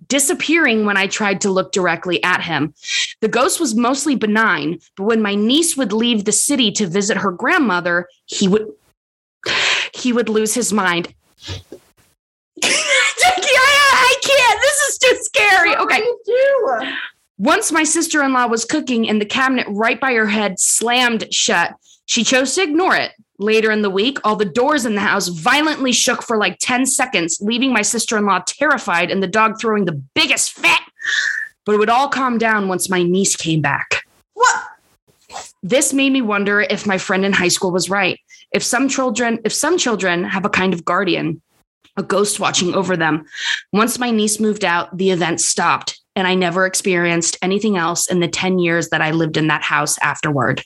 Speaker 2: disappearing when I tried to look directly at him. The ghost was mostly benign, but when my niece would leave the city to visit her grandmother, he would he would lose his mind. Jackie, I, I can't. This is too scary. Okay.
Speaker 1: do?
Speaker 2: Once my sister in law was cooking and the cabinet right by her head slammed shut, she chose to ignore it. Later in the week, all the doors in the house violently shook for like 10 seconds, leaving my sister in law terrified and the dog throwing the biggest fit. But it would all calm down once my niece came back.
Speaker 1: What?
Speaker 2: This made me wonder if my friend in high school was right. If some children, if some children have a kind of guardian, a ghost watching over them. Once my niece moved out, the event stopped, and I never experienced anything else in the 10 years that I lived in that house afterward.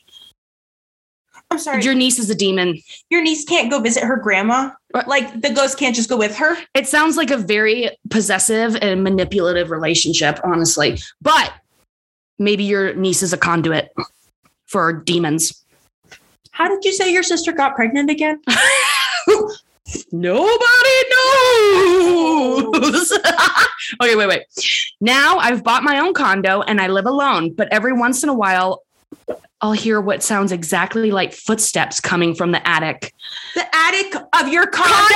Speaker 1: I'm sorry. Your,
Speaker 2: Your niece is a demon.
Speaker 1: niece can't go visit her grandma.
Speaker 2: What?
Speaker 1: Like the ghost can't just go with her.
Speaker 2: It sounds like a very possessive and manipulative relationship, honestly. But maybe your niece is a conduit for demons.
Speaker 1: How did you say your sister got pregnant again?
Speaker 2: Nobody knows. okay, wait, wait. Now I've bought my own condo and I live alone, but every once in a while, I'll hear what sounds exactly like footsteps coming from the attic.
Speaker 1: The attic of your condo.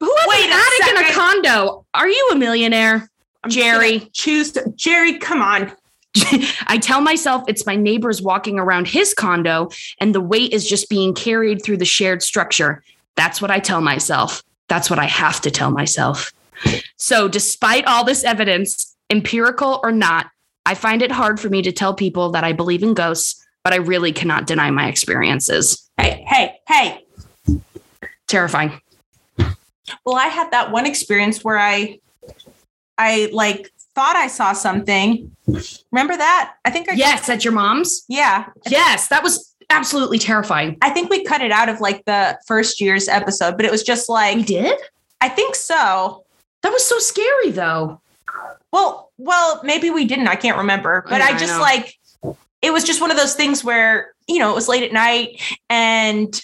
Speaker 2: Who has
Speaker 1: Wait
Speaker 2: an
Speaker 1: a
Speaker 2: attic in a
Speaker 1: second.
Speaker 2: condo? Are you a millionaire?
Speaker 1: I'm just
Speaker 2: Jerry.
Speaker 1: gonna Choose Jerry. Come on.
Speaker 2: I tell myself it's my neighbors walking around his condo and the weight is just being carried through the shared structure. That's what I tell myself. That's what I have to tell myself. So, despite all this evidence, empirical or not, I find it hard for me to tell people that I believe in ghosts, but I really cannot deny my experiences.
Speaker 1: Hey, hey, hey.
Speaker 2: Terrifying.
Speaker 1: Well, I had that one experience where I I like thought I saw something. Remember that? I think I
Speaker 2: Yes, at your mom's?
Speaker 1: yeah.
Speaker 2: Yes, that was absolutely terrifying.
Speaker 1: I think we cut it out of like the first year's episode, but it was just
Speaker 2: We
Speaker 1: like
Speaker 2: did?
Speaker 1: I think so.
Speaker 2: That was so scary, though.
Speaker 1: Well, well, maybe we didn't. I can't remember. But
Speaker 2: Yeah,
Speaker 1: I
Speaker 2: I
Speaker 1: just
Speaker 2: know.
Speaker 1: like it was just one of those things where, you know, it was late at night and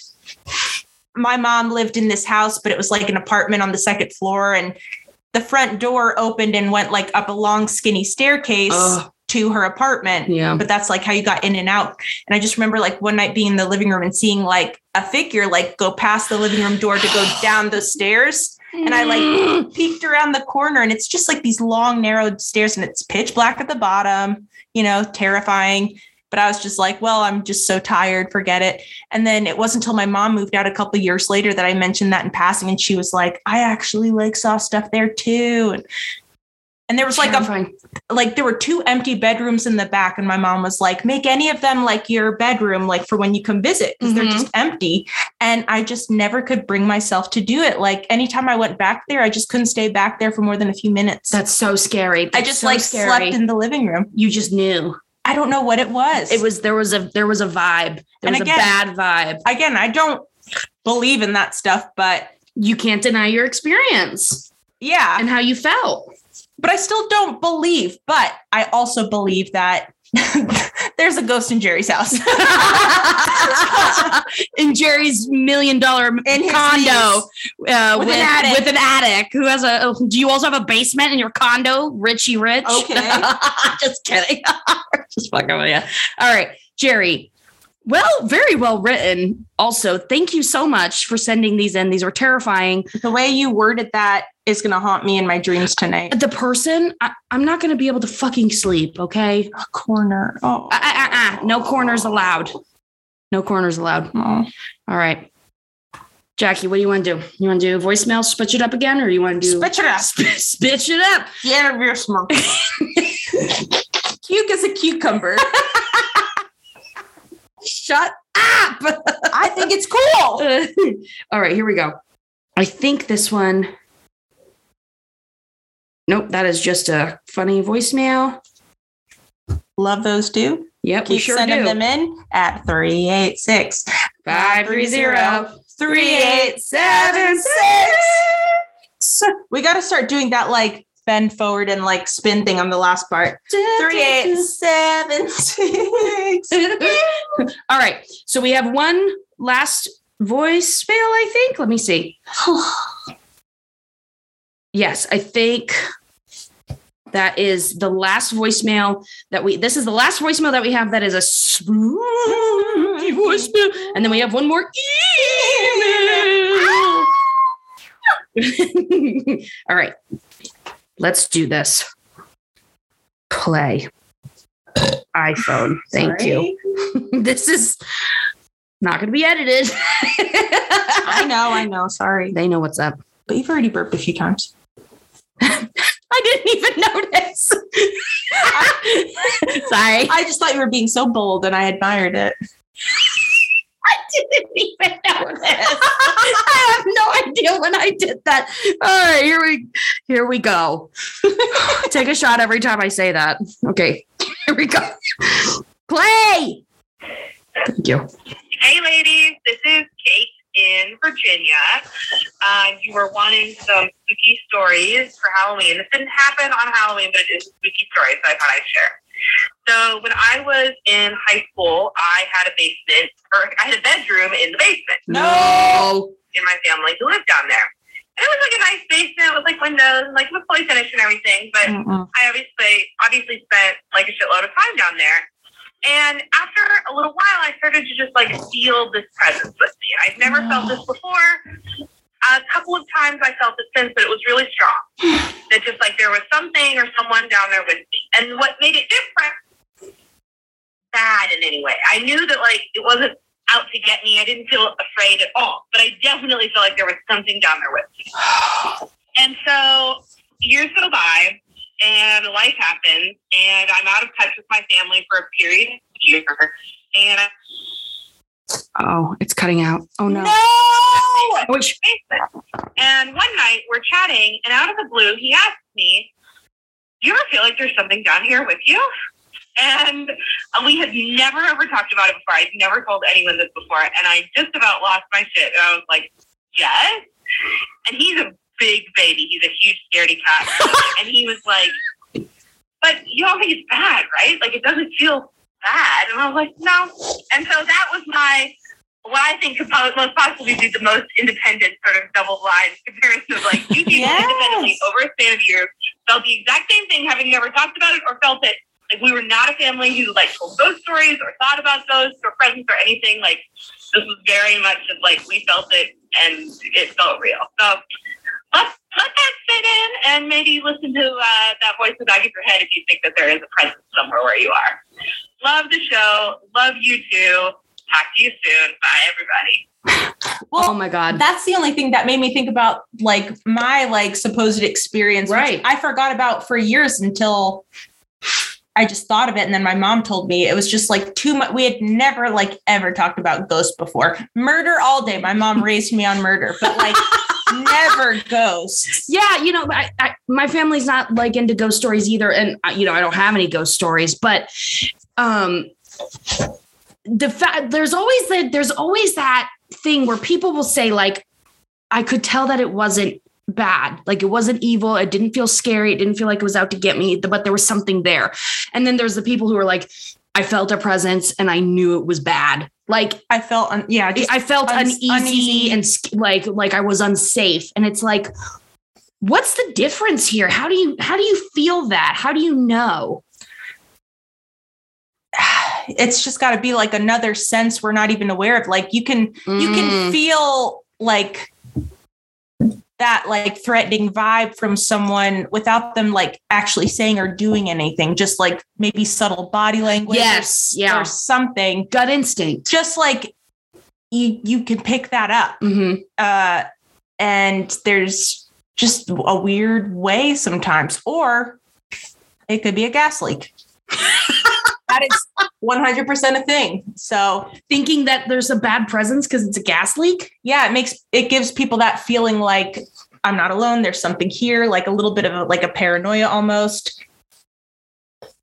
Speaker 1: my mom lived in this house, but it was like an apartment on the second floor and the front door opened and went like up a long skinny staircase.
Speaker 2: Ugh.
Speaker 1: to her apartment.
Speaker 2: yeah.
Speaker 1: But that's like how you got in and out. And I just remember like one night being in the living room and seeing like a figure like go past the living room door to go down the stairs, And I, like, peeked around the corner. And it's just like these long, narrow stairs and it's pitch black at the bottom, you know, terrifying. But I was just like, well, I'm just so tired, forget it. And then it wasn't until my mom moved out a couple years later that I mentioned that in passing. And she was like, I actually like saw stuff there too. And And there was like a
Speaker 2: Terrifying.
Speaker 1: like there were two empty bedrooms in the back and my mom was like make any of them like your bedroom like for when you come visit because
Speaker 2: Mhm.
Speaker 1: they're just empty and i just never could bring myself to do it like anytime i went back there i just couldn't stay back there for more than a few minutes
Speaker 2: That's so scary.
Speaker 1: i
Speaker 2: That's
Speaker 1: just
Speaker 2: so
Speaker 1: like
Speaker 2: scary.
Speaker 1: slept in the living room
Speaker 2: you just knew
Speaker 1: i don't know what it was
Speaker 2: it was there was a there was a vibe. There
Speaker 1: And
Speaker 2: was
Speaker 1: again-
Speaker 2: a bad vibe.
Speaker 1: again i don't believe in that stuff but
Speaker 2: You can't deny your experience
Speaker 1: yeah
Speaker 2: and how you felt.
Speaker 1: but i still don't believe but i also believe that there's a ghost in jerry's house
Speaker 2: in Jerry's million dollar
Speaker 1: In his
Speaker 2: condo uh,
Speaker 1: With an
Speaker 2: with, with, an
Speaker 1: attic.
Speaker 2: attic. who has a. oh, Do you also have a basement in your condo, Richie Rich?
Speaker 1: Okay.
Speaker 2: just kidding. just fucking with you. All right, Jerry. Well, very well written. Also, thank you so much for sending these in. These were terrifying.
Speaker 1: the way you worded that is going to haunt me in my dreams tonight.
Speaker 2: The person, I, I'm not going to be able to fucking sleep. Okay.
Speaker 1: A corner. Oh.
Speaker 2: Uh, uh, uh, uh. No corners allowed. No corners allowed.
Speaker 1: Oh.
Speaker 2: All right. Jackie, what do you want to do? You want to do voicemail, spitch it up again, or you want to do
Speaker 1: Spit it out.
Speaker 2: spitch it up?
Speaker 1: Get out of your smoke. Cute as a cucumber. Shut up. I think it's cool.
Speaker 2: All right, here we go. I think this one. Nope, that is just a funny voicemail.
Speaker 1: Love those too.
Speaker 2: Yep, we
Speaker 1: Keep
Speaker 2: sure
Speaker 1: sending
Speaker 2: do.
Speaker 1: them in at 386
Speaker 2: 530
Speaker 1: 3876. We got to start doing that like bend forward and like spin thing on the last part. Three, eight, seven, six.
Speaker 2: All right, so we have one last voicemail, I think. Let me see. Yes, I think that is the last voicemail that we. This is the last voicemail that we have. That is a spooky voicemail, and then we have one more email. All right, let's do this. Play iPhone. Thank
Speaker 1: Sorry.
Speaker 2: you. This is not going to be edited.
Speaker 1: I know, I know. Sorry.
Speaker 2: they know what's up.
Speaker 1: But you've already burped a few times.
Speaker 2: I didn't even notice. Sorry.
Speaker 1: I just thought you were being so bold and I admired it.
Speaker 2: I didn't even notice. I have no idea when I did that. All right, here we here we go. Take a shot every time I say that. Okay, here we go. Play. Thank you.
Speaker 3: Hey, ladies, this is Kate in Virginia. Uh, you were wanting some spooky stories for Halloween. This didn't happen on Halloween, but it is a spooky story, so I thought I'd share. So, when I was in high school, I had a basement, or I had a bedroom in the basement
Speaker 2: No.
Speaker 3: in my family who lived down there. And it was like a nice basement with like windows and like with fully finished and everything, but
Speaker 1: Mm-mm.
Speaker 3: I obviously obviously spent like a shitload of time down there. And after a little while, I started to just like feel this presence with me. I've never felt this before. A couple of times I felt it since, but it was really strong. that just like there was something or someone down there with me. And what made it different, bad in any way. I knew that like it wasn't out to get me. I didn't feel afraid at all, but I definitely felt like there was something down there with me. And so years go by, and life happens, and I'm out of touch with my family for a period of year, and I'm
Speaker 2: Oh, it's cutting out. Oh no.
Speaker 3: no!
Speaker 2: Oh, wait,
Speaker 3: basement. And one night we're chatting, and out of the blue, he asked me, "Do you ever feel like there's something down here with you?" And we had never ever talked about it before. I'd never told anyone this before, and I just about lost my shit. And I was like, "Yes." And he's a big baby. He's a huge scaredy cat, and he was like, "But you don't think it's bad, right? Like it doesn't feel bad." And I was like, "No." And so that was my what I think could po- most possibly be the most independent sort of double line comparison of like you people
Speaker 1: Yes.
Speaker 3: independently over a span of years felt the exact same thing, having never talked about it or felt it. Like we were not a family who like told those stories or thought about those or presents or anything. Like this was very much just like we felt it and it felt real. So let let that sit in and maybe listen to uh, that voice in the back of your head if you think that there is a presence somewhere where you are. Love the show. Love you too. Talk to you soon. Bye, everybody.
Speaker 2: oh my God.
Speaker 1: That's the only thing that made me think about like my like supposed experience, which
Speaker 2: Right.
Speaker 1: I forgot about for years until I just thought of it, and then my mom told me it was just like too much. We had never like ever talked about ghosts before. Murder all day. My mom raised me on murder, but like never ghosts.
Speaker 2: Yeah, you know, I, I, my family's not like into ghost stories either, and I- you know, I don't have any ghost stories, but um, the fact there's always that there's always that thing where people will say like, I could tell that it wasn't bad, like it wasn't evil, it didn't feel scary, it didn't feel like it was out to get me, but there was something there, and then there's the people who are like, I felt a presence and I knew it was bad, like
Speaker 1: I felt un- yeah, just
Speaker 2: I felt
Speaker 1: un-
Speaker 2: uneasy,
Speaker 1: uneasy.
Speaker 2: and sc- like like I was unsafe and it's like what's the difference here how do you how do you feel that how do you know
Speaker 1: it's just got to be like another sense we're not even aware of. Like you can you
Speaker 2: Mm.
Speaker 1: can feel like that like threatening vibe from someone without them like actually saying or doing anything just like maybe subtle body language or
Speaker 2: yes
Speaker 1: s- or,
Speaker 2: yeah
Speaker 1: something
Speaker 2: gut instinct
Speaker 1: just like you you can pick that up
Speaker 2: Mhm.
Speaker 1: uh and there's just a weird way sometimes or it could be a gas leak that is 100% a thing so
Speaker 2: thinking that there's a bad presence because it's a gas leak
Speaker 1: yeah it makes it gives people that feeling like i'm not alone there's something here like a little bit of a, like a paranoia almost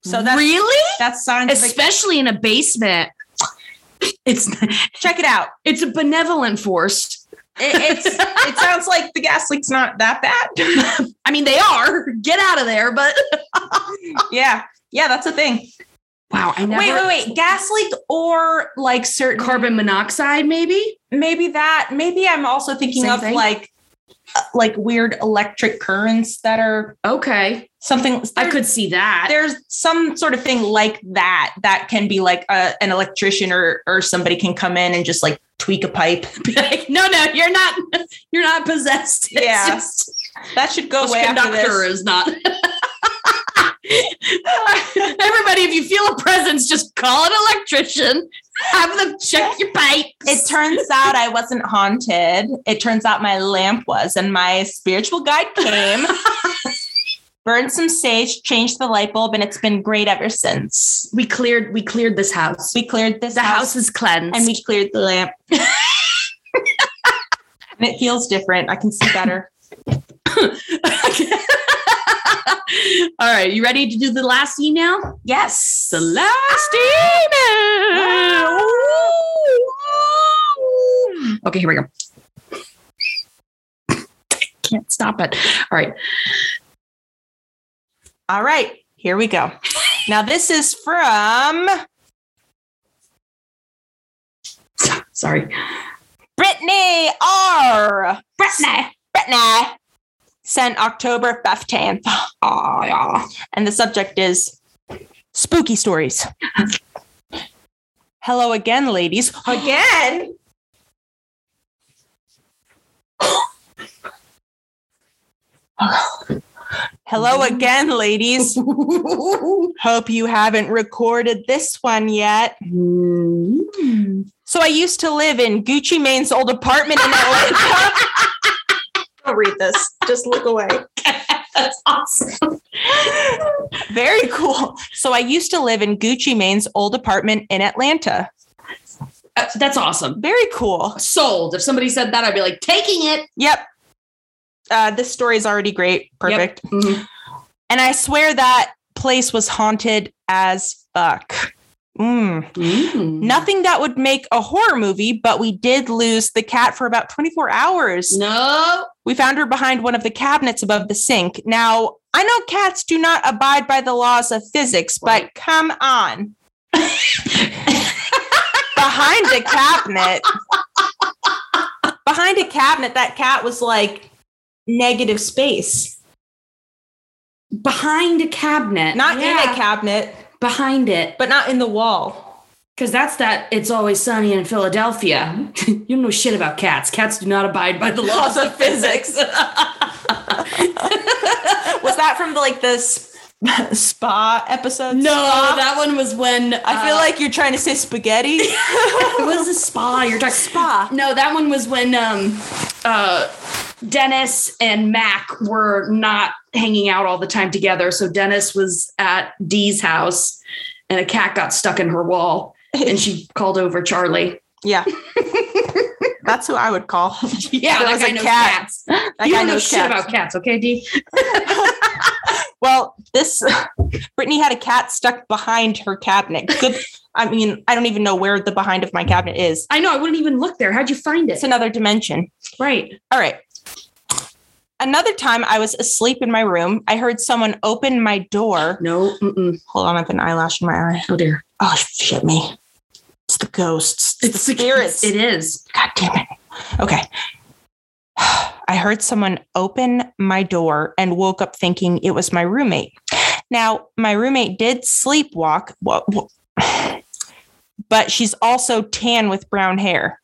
Speaker 1: so that's
Speaker 2: really
Speaker 1: that's scientific
Speaker 2: especially in a basement it's
Speaker 1: check it out
Speaker 2: it's a benevolent force
Speaker 1: it, it's it sounds like the gas leak's not that bad
Speaker 2: i mean they are get out of there but
Speaker 1: yeah yeah that's a thing
Speaker 2: wow i never
Speaker 1: wait wait wait gas leak or like certain
Speaker 2: carbon monoxide maybe
Speaker 1: maybe that maybe i'm also thinking
Speaker 2: Same
Speaker 1: of
Speaker 2: thing?
Speaker 1: like uh, like weird electric currents that are
Speaker 2: okay
Speaker 1: something
Speaker 2: I could see that.
Speaker 1: there's some sort of thing like that that can be like a, an electrician or or somebody can come in and just like tweak a pipe.
Speaker 2: Like, no, no, you're not. You're not possessed. It's
Speaker 1: Yeah.
Speaker 2: just-
Speaker 1: That should go
Speaker 2: this
Speaker 1: away after
Speaker 2: conductor
Speaker 1: this.
Speaker 2: is not. Everybody, if you feel a presence, just call an electrician. Have them check your pipes.
Speaker 1: It turns out I wasn't haunted. It turns out my lamp was, and my spiritual guide came, burned some sage, changed the light bulb, and it's been great ever since.
Speaker 2: we cleared. We cleared this house.
Speaker 1: We cleared this
Speaker 2: The house
Speaker 1: house,
Speaker 2: is cleansed.
Speaker 1: and we cleared the lamp. and it feels different. I can see better.
Speaker 2: All right, you ready to do the last email?
Speaker 1: Yes.
Speaker 2: The last email. Okay, here we go. Can't stop it. All right.
Speaker 1: All right, here we go. Now this is from
Speaker 2: Sorry.
Speaker 1: Brittany R. Brittany. Brittany. Sent October 15th. Aw, yeah. And the subject is spooky stories. Hello again, ladies. Again? Hello again, ladies. Hope you haven't recorded this one yet.
Speaker 2: Mm-hmm.
Speaker 1: So I used to live in Gucci Mane's old apartment in Atlanta. I'll read this. Just look away.
Speaker 2: That's awesome.
Speaker 1: Very cool. So I used to live in Gucci Mane's old apartment in Atlanta.
Speaker 2: Uh, That's awesome.
Speaker 1: Very cool.
Speaker 2: Sold. If somebody said that, I'd be like, taking it.
Speaker 1: Yep. Uh, this story is already great. Perfect.
Speaker 2: Mhm.
Speaker 1: And I swear that place was haunted as fuck. Mm.
Speaker 2: Mm-hmm.
Speaker 1: Nothing that would make a horror movie, but we did lose the cat for about 24 hours.
Speaker 2: No.
Speaker 1: We found her behind one of the cabinets above the sink. Now, I know cats do not abide by the laws of physics, but
Speaker 2: Right.
Speaker 1: come on. behind a cabinet. Behind a cabinet, that cat was like negative space,
Speaker 2: Behind a cabinet.
Speaker 1: not in
Speaker 2: Yeah.
Speaker 1: a cabinet,
Speaker 2: Behind it.
Speaker 1: but not in the wall.
Speaker 2: Because that's that it's always sunny in Philadelphia. you don't know shit about cats. Cats do not abide by the laws of physics.
Speaker 1: Was that from like this spa episode.
Speaker 4: No,
Speaker 1: spa?
Speaker 4: that one was when uh,
Speaker 1: I feel like you're trying to say spaghetti.
Speaker 4: it was a spa. You're talking spa.
Speaker 2: No, that one was when um, uh, Dennis and Mac were not hanging out all the time together. So Dennis was at Dee's house, and a cat got stuck in her wall, and she called over Charlie.
Speaker 1: yeah. That's who I would call.
Speaker 2: Yeah,
Speaker 1: There
Speaker 2: that
Speaker 1: was
Speaker 2: guy
Speaker 1: a
Speaker 2: knows
Speaker 1: cat.
Speaker 2: cats.
Speaker 1: That
Speaker 2: you
Speaker 1: guy
Speaker 2: don't know
Speaker 1: knows
Speaker 2: shit
Speaker 1: cats.
Speaker 2: about cats, okay, Dee?
Speaker 1: Well, this Brittany had a cat stuck behind her cabinet. Good. I mean, I don't even know where the behind of my cabinet is.
Speaker 2: I know. I wouldn't even look there. How'd you find it?
Speaker 1: It's another dimension.
Speaker 2: Right.
Speaker 1: All right. Another time I was asleep in my room, I heard someone open my door.
Speaker 2: No. Mm-mm.
Speaker 1: Hold on, I have an eyelash in my eye.
Speaker 2: Oh dear.
Speaker 1: Oh, shit me. It's the ghosts. It's, the spirits.
Speaker 2: It is.
Speaker 1: God damn it. Okay. I heard someone open my door and woke up thinking it was my roommate. Now, my roommate did sleepwalk, wha- wha- but she's also tan with brown hair.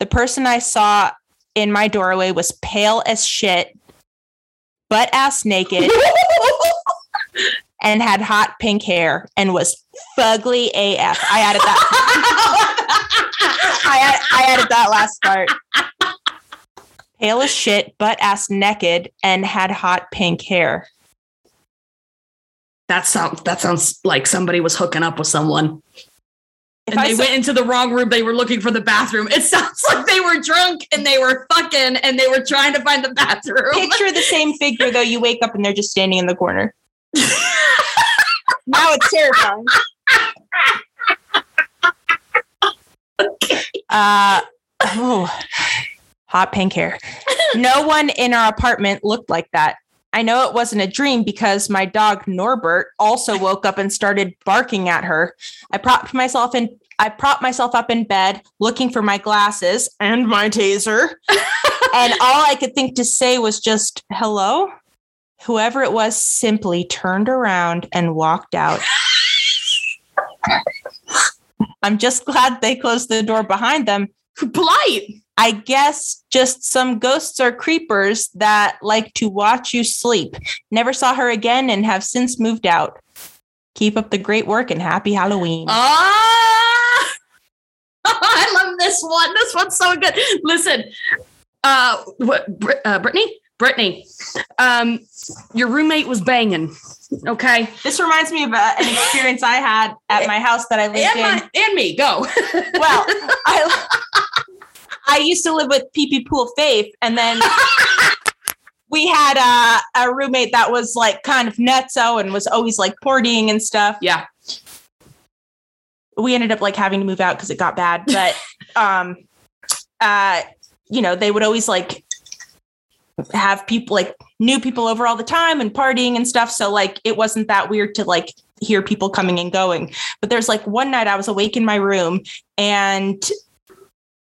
Speaker 1: The person I saw in my doorway was pale as shit, butt ass naked, and had hot pink hair and was fugly AF. I added that. I, ad- I added that last part. Pale as shit, butt ass naked, and had hot pink hair.
Speaker 2: That sounds. That sounds like somebody was hooking up with someone,
Speaker 1: If
Speaker 2: and
Speaker 1: I
Speaker 2: they
Speaker 1: saw-
Speaker 2: went into the wrong room. They were looking for the bathroom. It sounds like they were drunk and they were fucking and they were trying to find the bathroom.
Speaker 1: picture the same figure though, you wake up and they're just standing in the corner. now it's terrifying. Uh, oh, hot pink hair. No one in our apartment looked like that. I know it wasn't a dream because my dog Norbert also woke up and started barking at her. I propped myself in I propped myself up in bed looking for my glasses and my taser. and all I could think to say was just hello. Whoever it was simply turned around and walked out. I'm just glad they closed the door behind them
Speaker 2: Polite.
Speaker 1: I guess just some ghosts or creepers that like to watch you sleep. Never saw her again and have since moved out. Keep up the great work and happy Halloween.
Speaker 2: Oh. Ah. I love this one. This one's so good. Listen, uh, what, Br- uh, Brittany, Brittany, um, your roommate was banging. Okay.
Speaker 1: this reminds me of uh, an experience I had at my house that I lived
Speaker 2: and,
Speaker 1: in.
Speaker 2: my, and me go
Speaker 1: well, I I used to live with Pee Pee Pool Faith, and then we had a, a roommate that was like kind of nutso and was always like partying and stuff.
Speaker 2: Yeah.
Speaker 1: We ended up like having to move out because it got bad, but um, uh, you know, they would always like have people like new people over all the time and partying and stuff. So like it wasn't that weird to like hear people coming and going. But there's like one night I was awake in my room and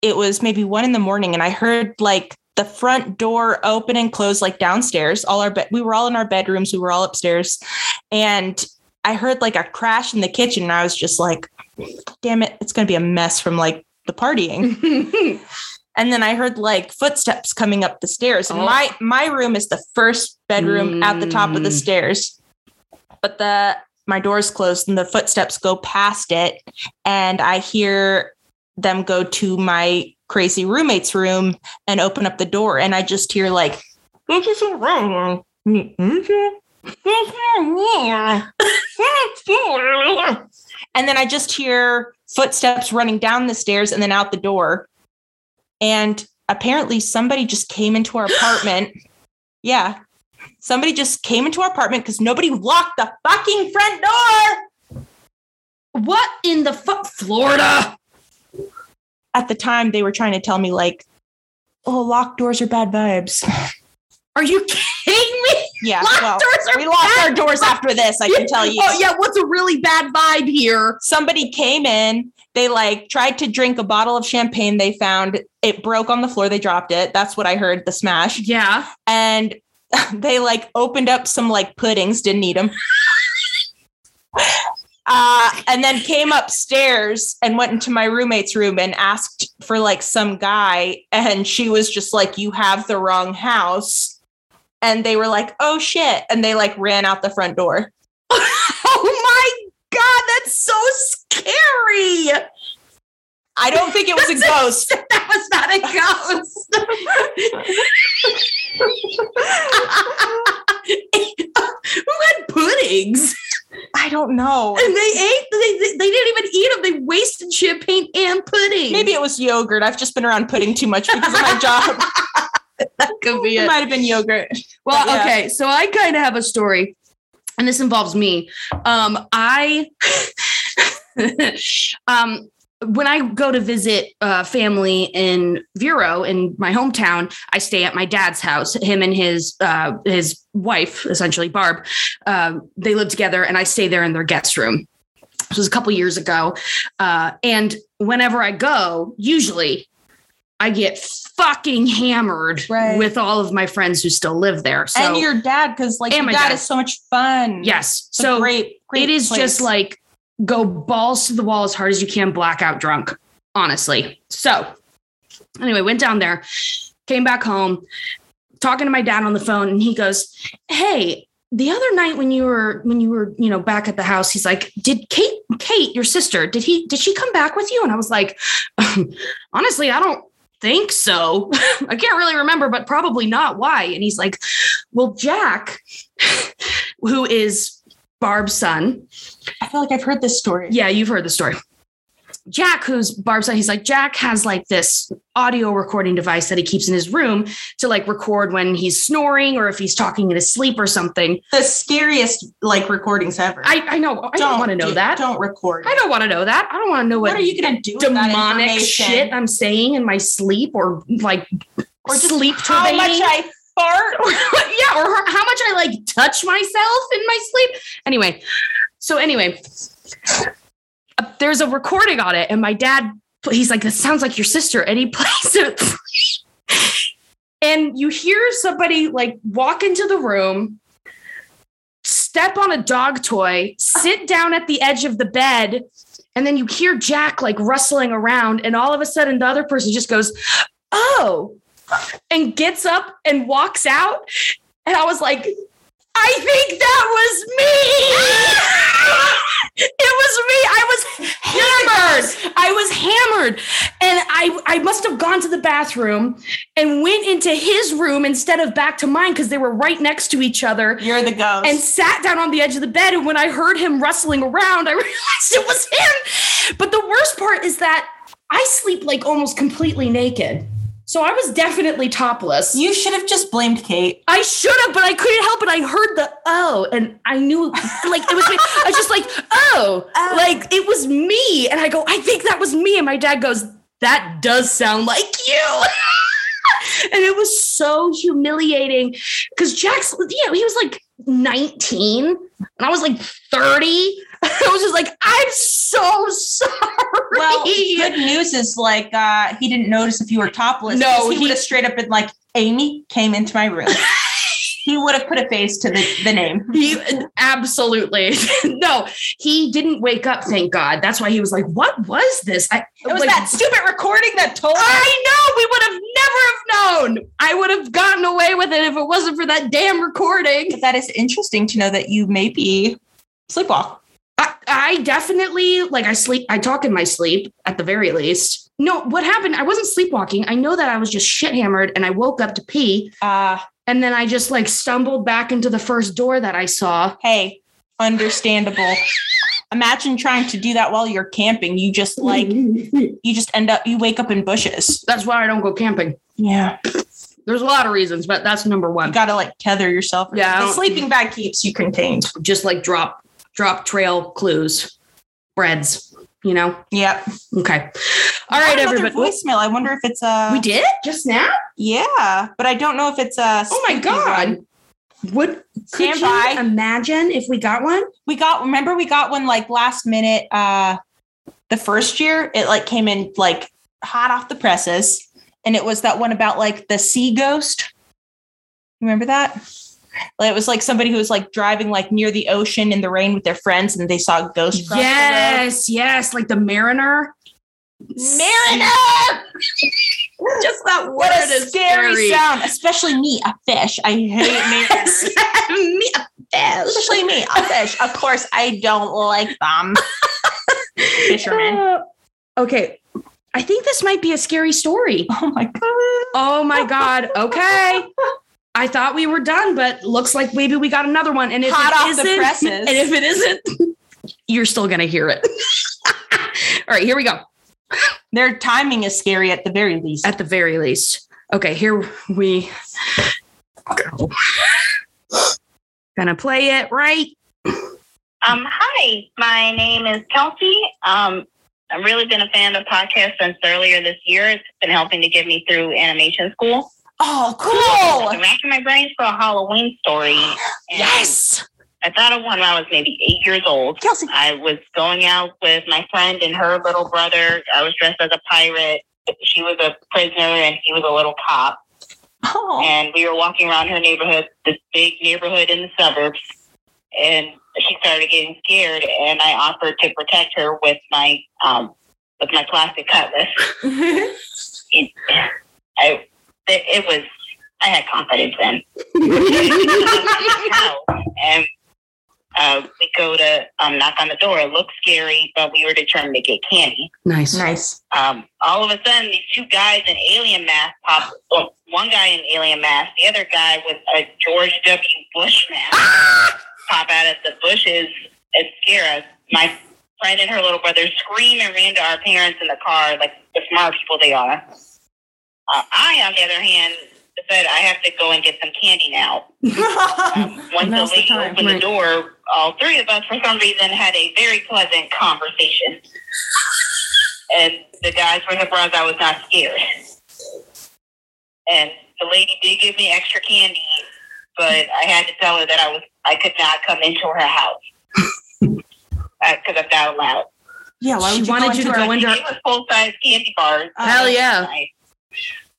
Speaker 1: it was maybe one in the morning and I heard like the front door open and close like downstairs. All our bed we were all in our bedrooms, we were all upstairs. And I heard like a crash in the kitchen and I was just like, damn it, it's gonna be a mess from like the partying. And then I heard like footsteps coming up the stairs. And
Speaker 2: Oh.
Speaker 1: my my room is the first bedroom at the top of the
Speaker 2: Mm.
Speaker 1: stairs. But the my door's closed and the footsteps go past it. And I hear them go to my crazy roommate's room and open up the door. And I just hear like "This is uh, a room. This is a room. This is a room." and then I just hear footsteps running down the stairs and then out the door. And apparently somebody just came into our apartment. yeah. Somebody just came into our apartment because nobody locked the fucking front door
Speaker 2: what in the fuck florida
Speaker 1: at the time they were trying to tell me like oh locked doors are bad vibes
Speaker 2: are you kidding me
Speaker 1: yeah
Speaker 2: Locked
Speaker 1: well
Speaker 2: doors are
Speaker 1: we locked
Speaker 2: bad
Speaker 1: our doors after this i can tell you
Speaker 2: oh yeah what's a really bad vibe here
Speaker 1: somebody came in they like tried to drink a bottle of champagne they found it broke on the floor they dropped it that's what i heard the smash
Speaker 2: yeah
Speaker 1: and they like opened up some like puddings didn't eat them uh, and then came upstairs and went into my roommate's room and asked for like some guy and she was just like you have the wrong house and they were like oh shit and they like ran out the front door
Speaker 2: That's so scary.
Speaker 5: I don't think it was a ghost.
Speaker 2: That was not a ghost. Who had puddings?
Speaker 1: I don't know.
Speaker 2: And they ate. They, they, they didn't even eat them. They wasted champagne and pudding.
Speaker 5: Maybe it was yogurt. I've just been around pudding too much because of my job.
Speaker 2: that could be
Speaker 1: It
Speaker 2: it.
Speaker 1: might have been yogurt.
Speaker 2: Well,
Speaker 5: Yeah.
Speaker 2: okay. So I kind of have a story, and this involves me. Um, I, um, when I go to visit uh, family in Vero in my hometown, I stay at my dad's house. Him and his uh, his wife, essentially Barb, um, they live together, and I stay there in their guest room. This was a couple years ago, uh, and whenever I go, usually I get fucking hammered
Speaker 1: Right.
Speaker 2: with all of my friends who still live there. So
Speaker 1: and your dad, because like
Speaker 2: And
Speaker 1: your
Speaker 2: my
Speaker 1: dad,
Speaker 2: dad.
Speaker 1: is so much fun.
Speaker 2: yes,
Speaker 1: It's a
Speaker 2: so
Speaker 1: great, great
Speaker 2: it is
Speaker 1: place.
Speaker 2: just like go balls to the wall as hard as you can, blackout drunk. Honestly, so anyway, went down there, came back home, talking to my dad on the phone, and he goes, "Hey." The other night when you were when you were you know back at the house, he's like, "Did Kate Kate your sister did he did she come back with you?" And I was like, "Honestly, I don't think so. I can't really remember, but probably not. Why?" And he's like, "Well, Jack, who is Barb's son,
Speaker 1: I feel like I've heard this story.
Speaker 2: yeah, you've heard the story. Jack, who's Barb's son, he's like, Jack has like this audio recording device that he keeps in his room to like record when he's snoring or if he's talking in his sleep or something.
Speaker 1: The scariest like recordings ever.
Speaker 2: I, I know. I don't, want to know
Speaker 1: do-
Speaker 2: that.
Speaker 1: Don't record.
Speaker 2: I don't want to know that. I don't want to know
Speaker 1: what,
Speaker 2: what,
Speaker 1: are you gonna do with that
Speaker 2: demonic
Speaker 1: information?
Speaker 2: shit I'm saying in my sleep or like
Speaker 1: Or just
Speaker 2: sleep
Speaker 1: How much
Speaker 2: turbating.
Speaker 1: I fart?
Speaker 2: yeah, or how how much I like touch myself in my sleep. Anyway, so anyway, uh, there's a recording on it, and my dad, pl- he's like, "This sounds like your sister," and he plays it. and you hear somebody like walk into the room, step on a dog toy, sit down at the edge of the bed. And then you hear Jack like rustling around, and all of a sudden the other person just goes, Oh, and gets up and walks out. And I was like, I think that was me. it was me. I was hammered. I was hammered. And I, I must have gone to the bathroom and went into his room instead of back to mine because they were right next to each other
Speaker 1: You're the ghost.
Speaker 2: and sat down on the edge of the bed. And when I heard him rustling around, I realized it was him. But the worst part is that I sleep like almost completely naked. So I was definitely topless.
Speaker 1: you should have just blamed Kate.
Speaker 2: I should have, but I couldn't help it. I heard the oh, and I knew like it was me. I was just like, oh,
Speaker 1: Oh.
Speaker 2: like it was me. And I go, I think that was me. And my dad goes, that does sound like you. and it was so humiliating because Jack's, you know, he was like 19 and I was like 30. I was just like, I'm so sorry.
Speaker 1: Well, good news is like uh, he didn't notice if you were topless.
Speaker 2: No,
Speaker 1: 'cause he,
Speaker 2: he-
Speaker 1: would have straight up been like, "Amy came into my room." he would have put a face to the, the name.
Speaker 2: He absolutely no. He didn't wake up. Thank God. That's why he was like, "What was this?" I
Speaker 1: It was
Speaker 2: like, Ah,
Speaker 1: that stupid recording that told us.
Speaker 2: I know. We would have never have known. I would have gotten away with it if it wasn't for that damn recording.
Speaker 1: But that is interesting to know that you may be sleepwalk.
Speaker 2: I, I definitely like. I sleep. I talk in my sleep at the very least. No, what happened? I wasn't sleepwalking. I know that I was just shit hammered, and I woke up to pee,
Speaker 1: Uh,
Speaker 2: and then I just like stumbled back into the first door that I saw.
Speaker 1: hey, understandable. Imagine trying to do that while you're camping. You just like you just end up you wake up in bushes.
Speaker 2: That's why I don't go camping.
Speaker 1: Yeah,
Speaker 2: There's a lot of reasons, but that's number one.
Speaker 1: you gotta like tether yourself.
Speaker 2: Yeah, I
Speaker 1: the
Speaker 2: don't-
Speaker 1: sleeping bag keeps you contained.
Speaker 2: just like drop drop trail clues breads you know
Speaker 1: Yep.
Speaker 2: okay all right
Speaker 1: Another
Speaker 2: everybody
Speaker 1: Voicemail. I wonder if it's uh
Speaker 2: we did just now
Speaker 1: Yeah, but I don't know if it's uh, a.
Speaker 2: oh my
Speaker 1: spooky
Speaker 2: god
Speaker 1: one.
Speaker 2: would could
Speaker 1: Stand
Speaker 2: you
Speaker 1: by.
Speaker 2: imagine if we got one
Speaker 1: We got. Remember, we got one like last minute. uh The first year, it like came in like hot off the presses, and it was that one about like the sea ghost. Remember that? It was like somebody who was like driving like near the ocean in the rain with their friends, and they saw a ghost. cross the road.
Speaker 2: yes yes like the mariner Mariner! Just that word
Speaker 1: What a
Speaker 2: is
Speaker 1: scary,
Speaker 2: scary.
Speaker 1: sound, especially me, a fish. I hate me.
Speaker 2: Me a fish.
Speaker 1: especially me, a fish. Of course, I don't like them. Fisherman.
Speaker 2: Uh, okay. I think this might be a scary story.
Speaker 1: Oh my god.
Speaker 2: Oh my God. Okay. I thought we were done, but looks like maybe we got another one. And if
Speaker 1: Hot
Speaker 2: it
Speaker 1: off the
Speaker 2: isn't-
Speaker 1: presses.
Speaker 2: And if it isn't, you're still going to hear it. All right, here we go.
Speaker 1: Their timing is scary at the very least.
Speaker 2: At the very least. Okay, here we go. Gonna play it right.
Speaker 3: Um, hi, my name is Kelsey. Um, I've really been a fan of podcasts since earlier this year. It's been helping to get me through animation school.
Speaker 1: Oh,
Speaker 3: I've
Speaker 1: cool.
Speaker 3: been racking my brains for a Halloween story. and
Speaker 2: Yes.
Speaker 3: I thought of one when I was maybe eight years old.
Speaker 1: Kelsey.
Speaker 3: I was going out with my friend and her little brother. I was dressed as a pirate. She was a prisoner and he was a little cop.
Speaker 1: Oh.
Speaker 3: And we were walking around her neighborhood, this big neighborhood in the suburbs. And she started getting scared, and I offered to protect her with my um, with my plastic cutlass. It, I it, it was I had confidence then. house. And uh, we go to um, knock on the door. It looked scary, but we were determined to get candy.
Speaker 2: Nice.
Speaker 1: Nice.
Speaker 3: Um, all of a sudden, these two guys in alien masks pop. Well, one guy in alien mask, the other guy with a George W. Bush mask, pop out of the bushes and scare us. My friend and her little brother scream and ran to our parents in the car, like the smart people they are. Uh, I, on the other hand, said I have to go and get some candy now. Once the
Speaker 6: Mm-hmm. Now's the
Speaker 3: lady
Speaker 6: time,
Speaker 3: Um, opened the
Speaker 2: right.
Speaker 3: door, all three of us, for some reason, had a very pleasant conversation. and the guys were surprised I was not scared. And the lady did give me extra candy, but I had to tell her that I was I could not come into her house Uh, because I'm not allowed.
Speaker 1: Yeah, why
Speaker 2: She
Speaker 1: would you
Speaker 2: wanted
Speaker 1: go
Speaker 2: you
Speaker 1: into
Speaker 2: to
Speaker 1: a-
Speaker 2: go in- wonder-
Speaker 3: It was full size candy bars.
Speaker 2: Hell
Speaker 6: Oh.
Speaker 2: yeah.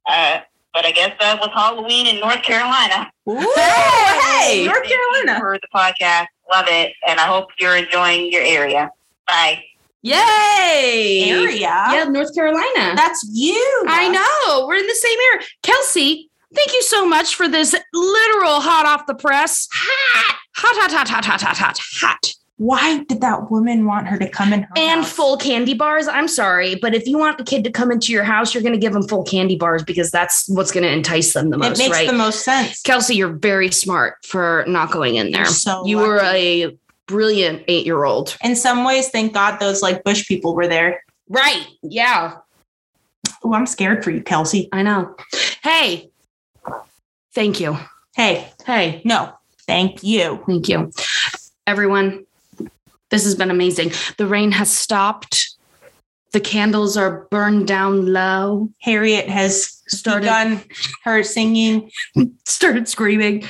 Speaker 3: Uh, but I guess that was Halloween in North Carolina.
Speaker 1: Ooh,
Speaker 2: Hey!
Speaker 1: hey, North
Speaker 3: Thank you
Speaker 1: Carolina.
Speaker 3: For the podcast. Love it. And I hope you're enjoying your area. Bye.
Speaker 2: Yay.
Speaker 1: Area.
Speaker 2: Yeah, North Carolina.
Speaker 1: That's you.
Speaker 2: I know. We're in the same area. Kelsey, thank you so much for this literal hot off the press. Hot, hot, hot, hot, hot, hot, hot, hot.
Speaker 1: Why did that woman want her to come in her
Speaker 2: And
Speaker 1: house?
Speaker 2: full candy bars. I'm sorry, but if you want a kid to come into your house, you're going to give them full candy bars because that's what's going to entice them the
Speaker 1: It
Speaker 2: most,
Speaker 1: makes
Speaker 2: right?
Speaker 1: the most sense.
Speaker 2: Kelsey, you're very smart for not going in there.
Speaker 1: You're so
Speaker 2: you were a brilliant eight year old.
Speaker 1: In some ways, thank God those like bush people were there.
Speaker 2: Right. Yeah.
Speaker 1: Oh, I'm scared for you, Kelsey.
Speaker 2: I know. Hey, thank you.
Speaker 1: Hey,
Speaker 2: Hey.
Speaker 1: no, thank you.
Speaker 2: Thank you. Everyone, this has been amazing. The rain has stopped. The candles are burned down low.
Speaker 1: Harriet has
Speaker 2: Started-
Speaker 1: begun her singing.
Speaker 2: Started screaming.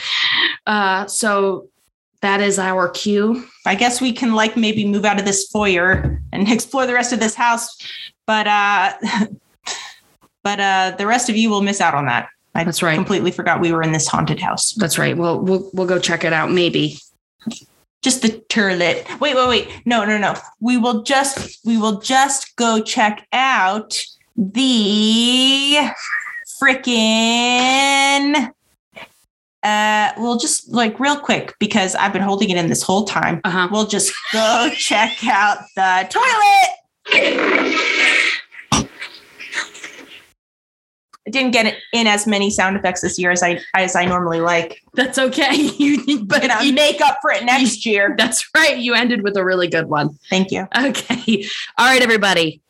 Speaker 2: Uh, so that is our cue.
Speaker 1: I guess we can like maybe move out of this foyer and explore the rest of this house, but uh, but uh, the rest of you will miss out on that. I
Speaker 2: That's right.
Speaker 1: completely forgot we were in this haunted house.
Speaker 2: That's right. We'll we'll we'll go check it out. Maybe.
Speaker 1: Just the turlet. Wait, wait, wait. No, no, no. We will just we will just go check out the freaking uh we'll just like real quick because I've been holding it in this whole time.
Speaker 2: Uh huh.
Speaker 1: We'll just go check out the toilet. I didn't get in as many sound effects this year as I as I normally like.
Speaker 2: That's okay. You but
Speaker 1: And I
Speaker 2: you-
Speaker 1: make up for it next year.
Speaker 2: that's right. You ended with a really good one.
Speaker 1: Thank you.
Speaker 2: Okay. All right, everybody.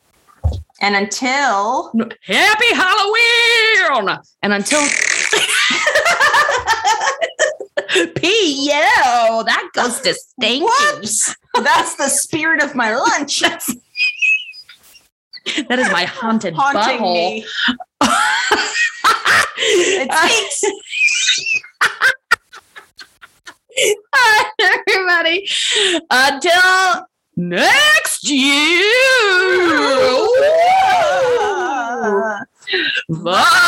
Speaker 1: And until
Speaker 2: Happy Halloween! And until P.O. E That goes to stinky.
Speaker 1: whoops, that's the spirit of my lunch that's
Speaker 2: That is my haunted
Speaker 1: haunting
Speaker 2: butthole.
Speaker 1: me. It stinks.
Speaker 2: All right, everybody. Until next
Speaker 1: Ah.
Speaker 2: year. Bye.